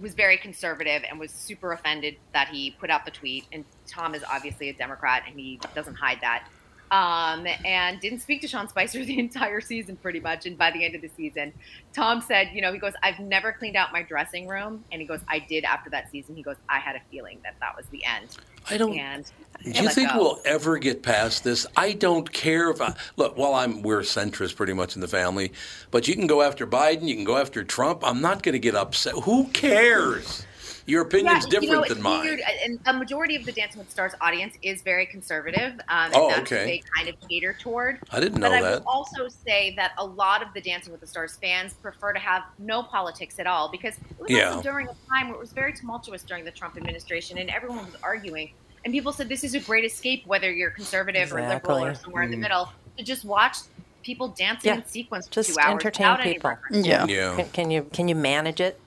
Speaker 7: was very conservative and was super offended that he put out the tweet. And Tom is obviously a Democrat and he doesn't hide that. Um, and didn't speak to Sean Spicer the entire season, pretty much. And by the end of the season, Tom said, You know, he goes, I've never cleaned out my dressing room. And he goes, I did after that season. He goes, I had a feeling that that was the end.
Speaker 1: I don't.
Speaker 7: And
Speaker 1: Do you
Speaker 7: let
Speaker 1: think
Speaker 7: go.
Speaker 1: we'll ever get past this? I don't care if I look. Well, I'm we're centrist pretty much in the family, but you can go after Biden, you can go after Trump. I'm not going to get upset. Who cares? Your opinion's
Speaker 7: Yeah, you
Speaker 1: different
Speaker 7: know,
Speaker 1: than
Speaker 7: it's
Speaker 1: mine.
Speaker 7: weird, And a majority of the Dancing with the Stars audience is very conservative. Um, and
Speaker 1: Oh,
Speaker 7: that's
Speaker 1: okay.
Speaker 7: What they kind of cater toward.
Speaker 1: I didn't
Speaker 7: but
Speaker 1: know
Speaker 7: I
Speaker 1: that.
Speaker 7: will also say that a lot of the Dancing with the Stars fans prefer to have no politics at all because it was
Speaker 1: Yeah.
Speaker 7: also during a time where it was very tumultuous during the Trump administration and everyone was arguing. And people said this is a great escape, whether you're conservative or liberal or
Speaker 4: Exactly.
Speaker 7: somewhere in the
Speaker 4: Mm.
Speaker 7: middle, to just watch people dancing
Speaker 4: Yeah.
Speaker 7: in sequence for
Speaker 4: Just
Speaker 7: two hours
Speaker 4: entertain
Speaker 7: without any
Speaker 4: people.
Speaker 7: reference.
Speaker 4: Can, can you can you manage it?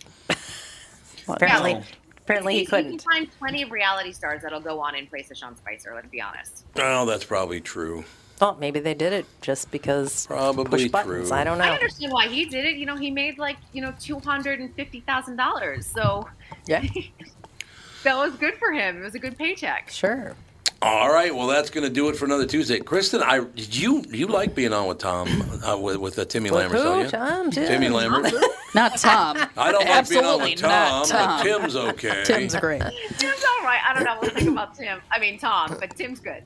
Speaker 4: apparently,
Speaker 7: No.
Speaker 4: apparently he
Speaker 7: You can
Speaker 4: couldn't.
Speaker 7: find plenty of reality stars that'll go on in place of Sean Spicer. Let's be honest.
Speaker 1: Oh, that's probably true.
Speaker 4: Oh, maybe they did it just because
Speaker 1: Probably
Speaker 4: push buttons.
Speaker 1: true.
Speaker 4: I don't
Speaker 7: I
Speaker 4: know.
Speaker 7: understand why he did it. You know, he made like you know two hundred and fifty thousand dollars. So
Speaker 4: Yeah.
Speaker 7: that was good for him. It was a good paycheck.
Speaker 4: Sure.
Speaker 1: All right, well, that's going to do it for another Tuesday. Kristen, I did you you like being on with Tom uh, with with uh, Timmy
Speaker 4: With
Speaker 1: Lammers? don't
Speaker 4: who?
Speaker 1: you?
Speaker 4: Tom, Tim.
Speaker 1: Timmy Lammers.
Speaker 3: Not Tom.
Speaker 1: I don't like being on
Speaker 3: Absolutely
Speaker 1: with Tom,
Speaker 3: not
Speaker 1: but
Speaker 3: Tom.
Speaker 1: Tim's okay.
Speaker 3: Tim's great.
Speaker 7: Tim's all right. I don't know. We'll think about Tim. I mean Tom, but Tim's good.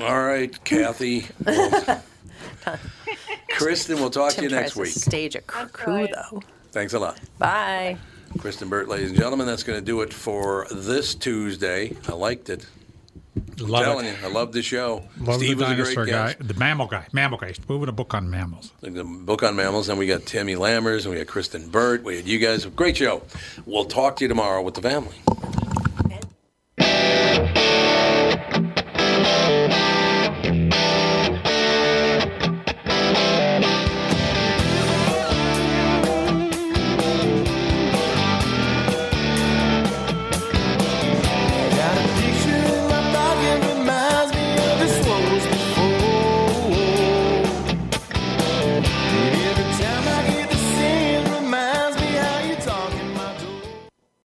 Speaker 1: All right, Kathy. Well, Kristen, we'll talk to you next week.
Speaker 4: Stage a coup though.
Speaker 1: Thanks a lot.
Speaker 4: Bye.
Speaker 1: Kristen Burt, ladies and gentlemen, that's going to do it for this Tuesday. I liked it. I'm
Speaker 2: Love
Speaker 1: telling
Speaker 2: it.
Speaker 1: you, I love the show.
Speaker 2: Love
Speaker 1: Steve
Speaker 2: the
Speaker 1: was a great
Speaker 2: dinosaur guy.
Speaker 1: guest.
Speaker 2: The mammal guy. Mammal guy. He's moving a book on mammals.
Speaker 1: Like the book on mammals, and we got Timmy Lammers, and we got Kristen Burt. We had you guys. Great show. We'll talk to you tomorrow with the family.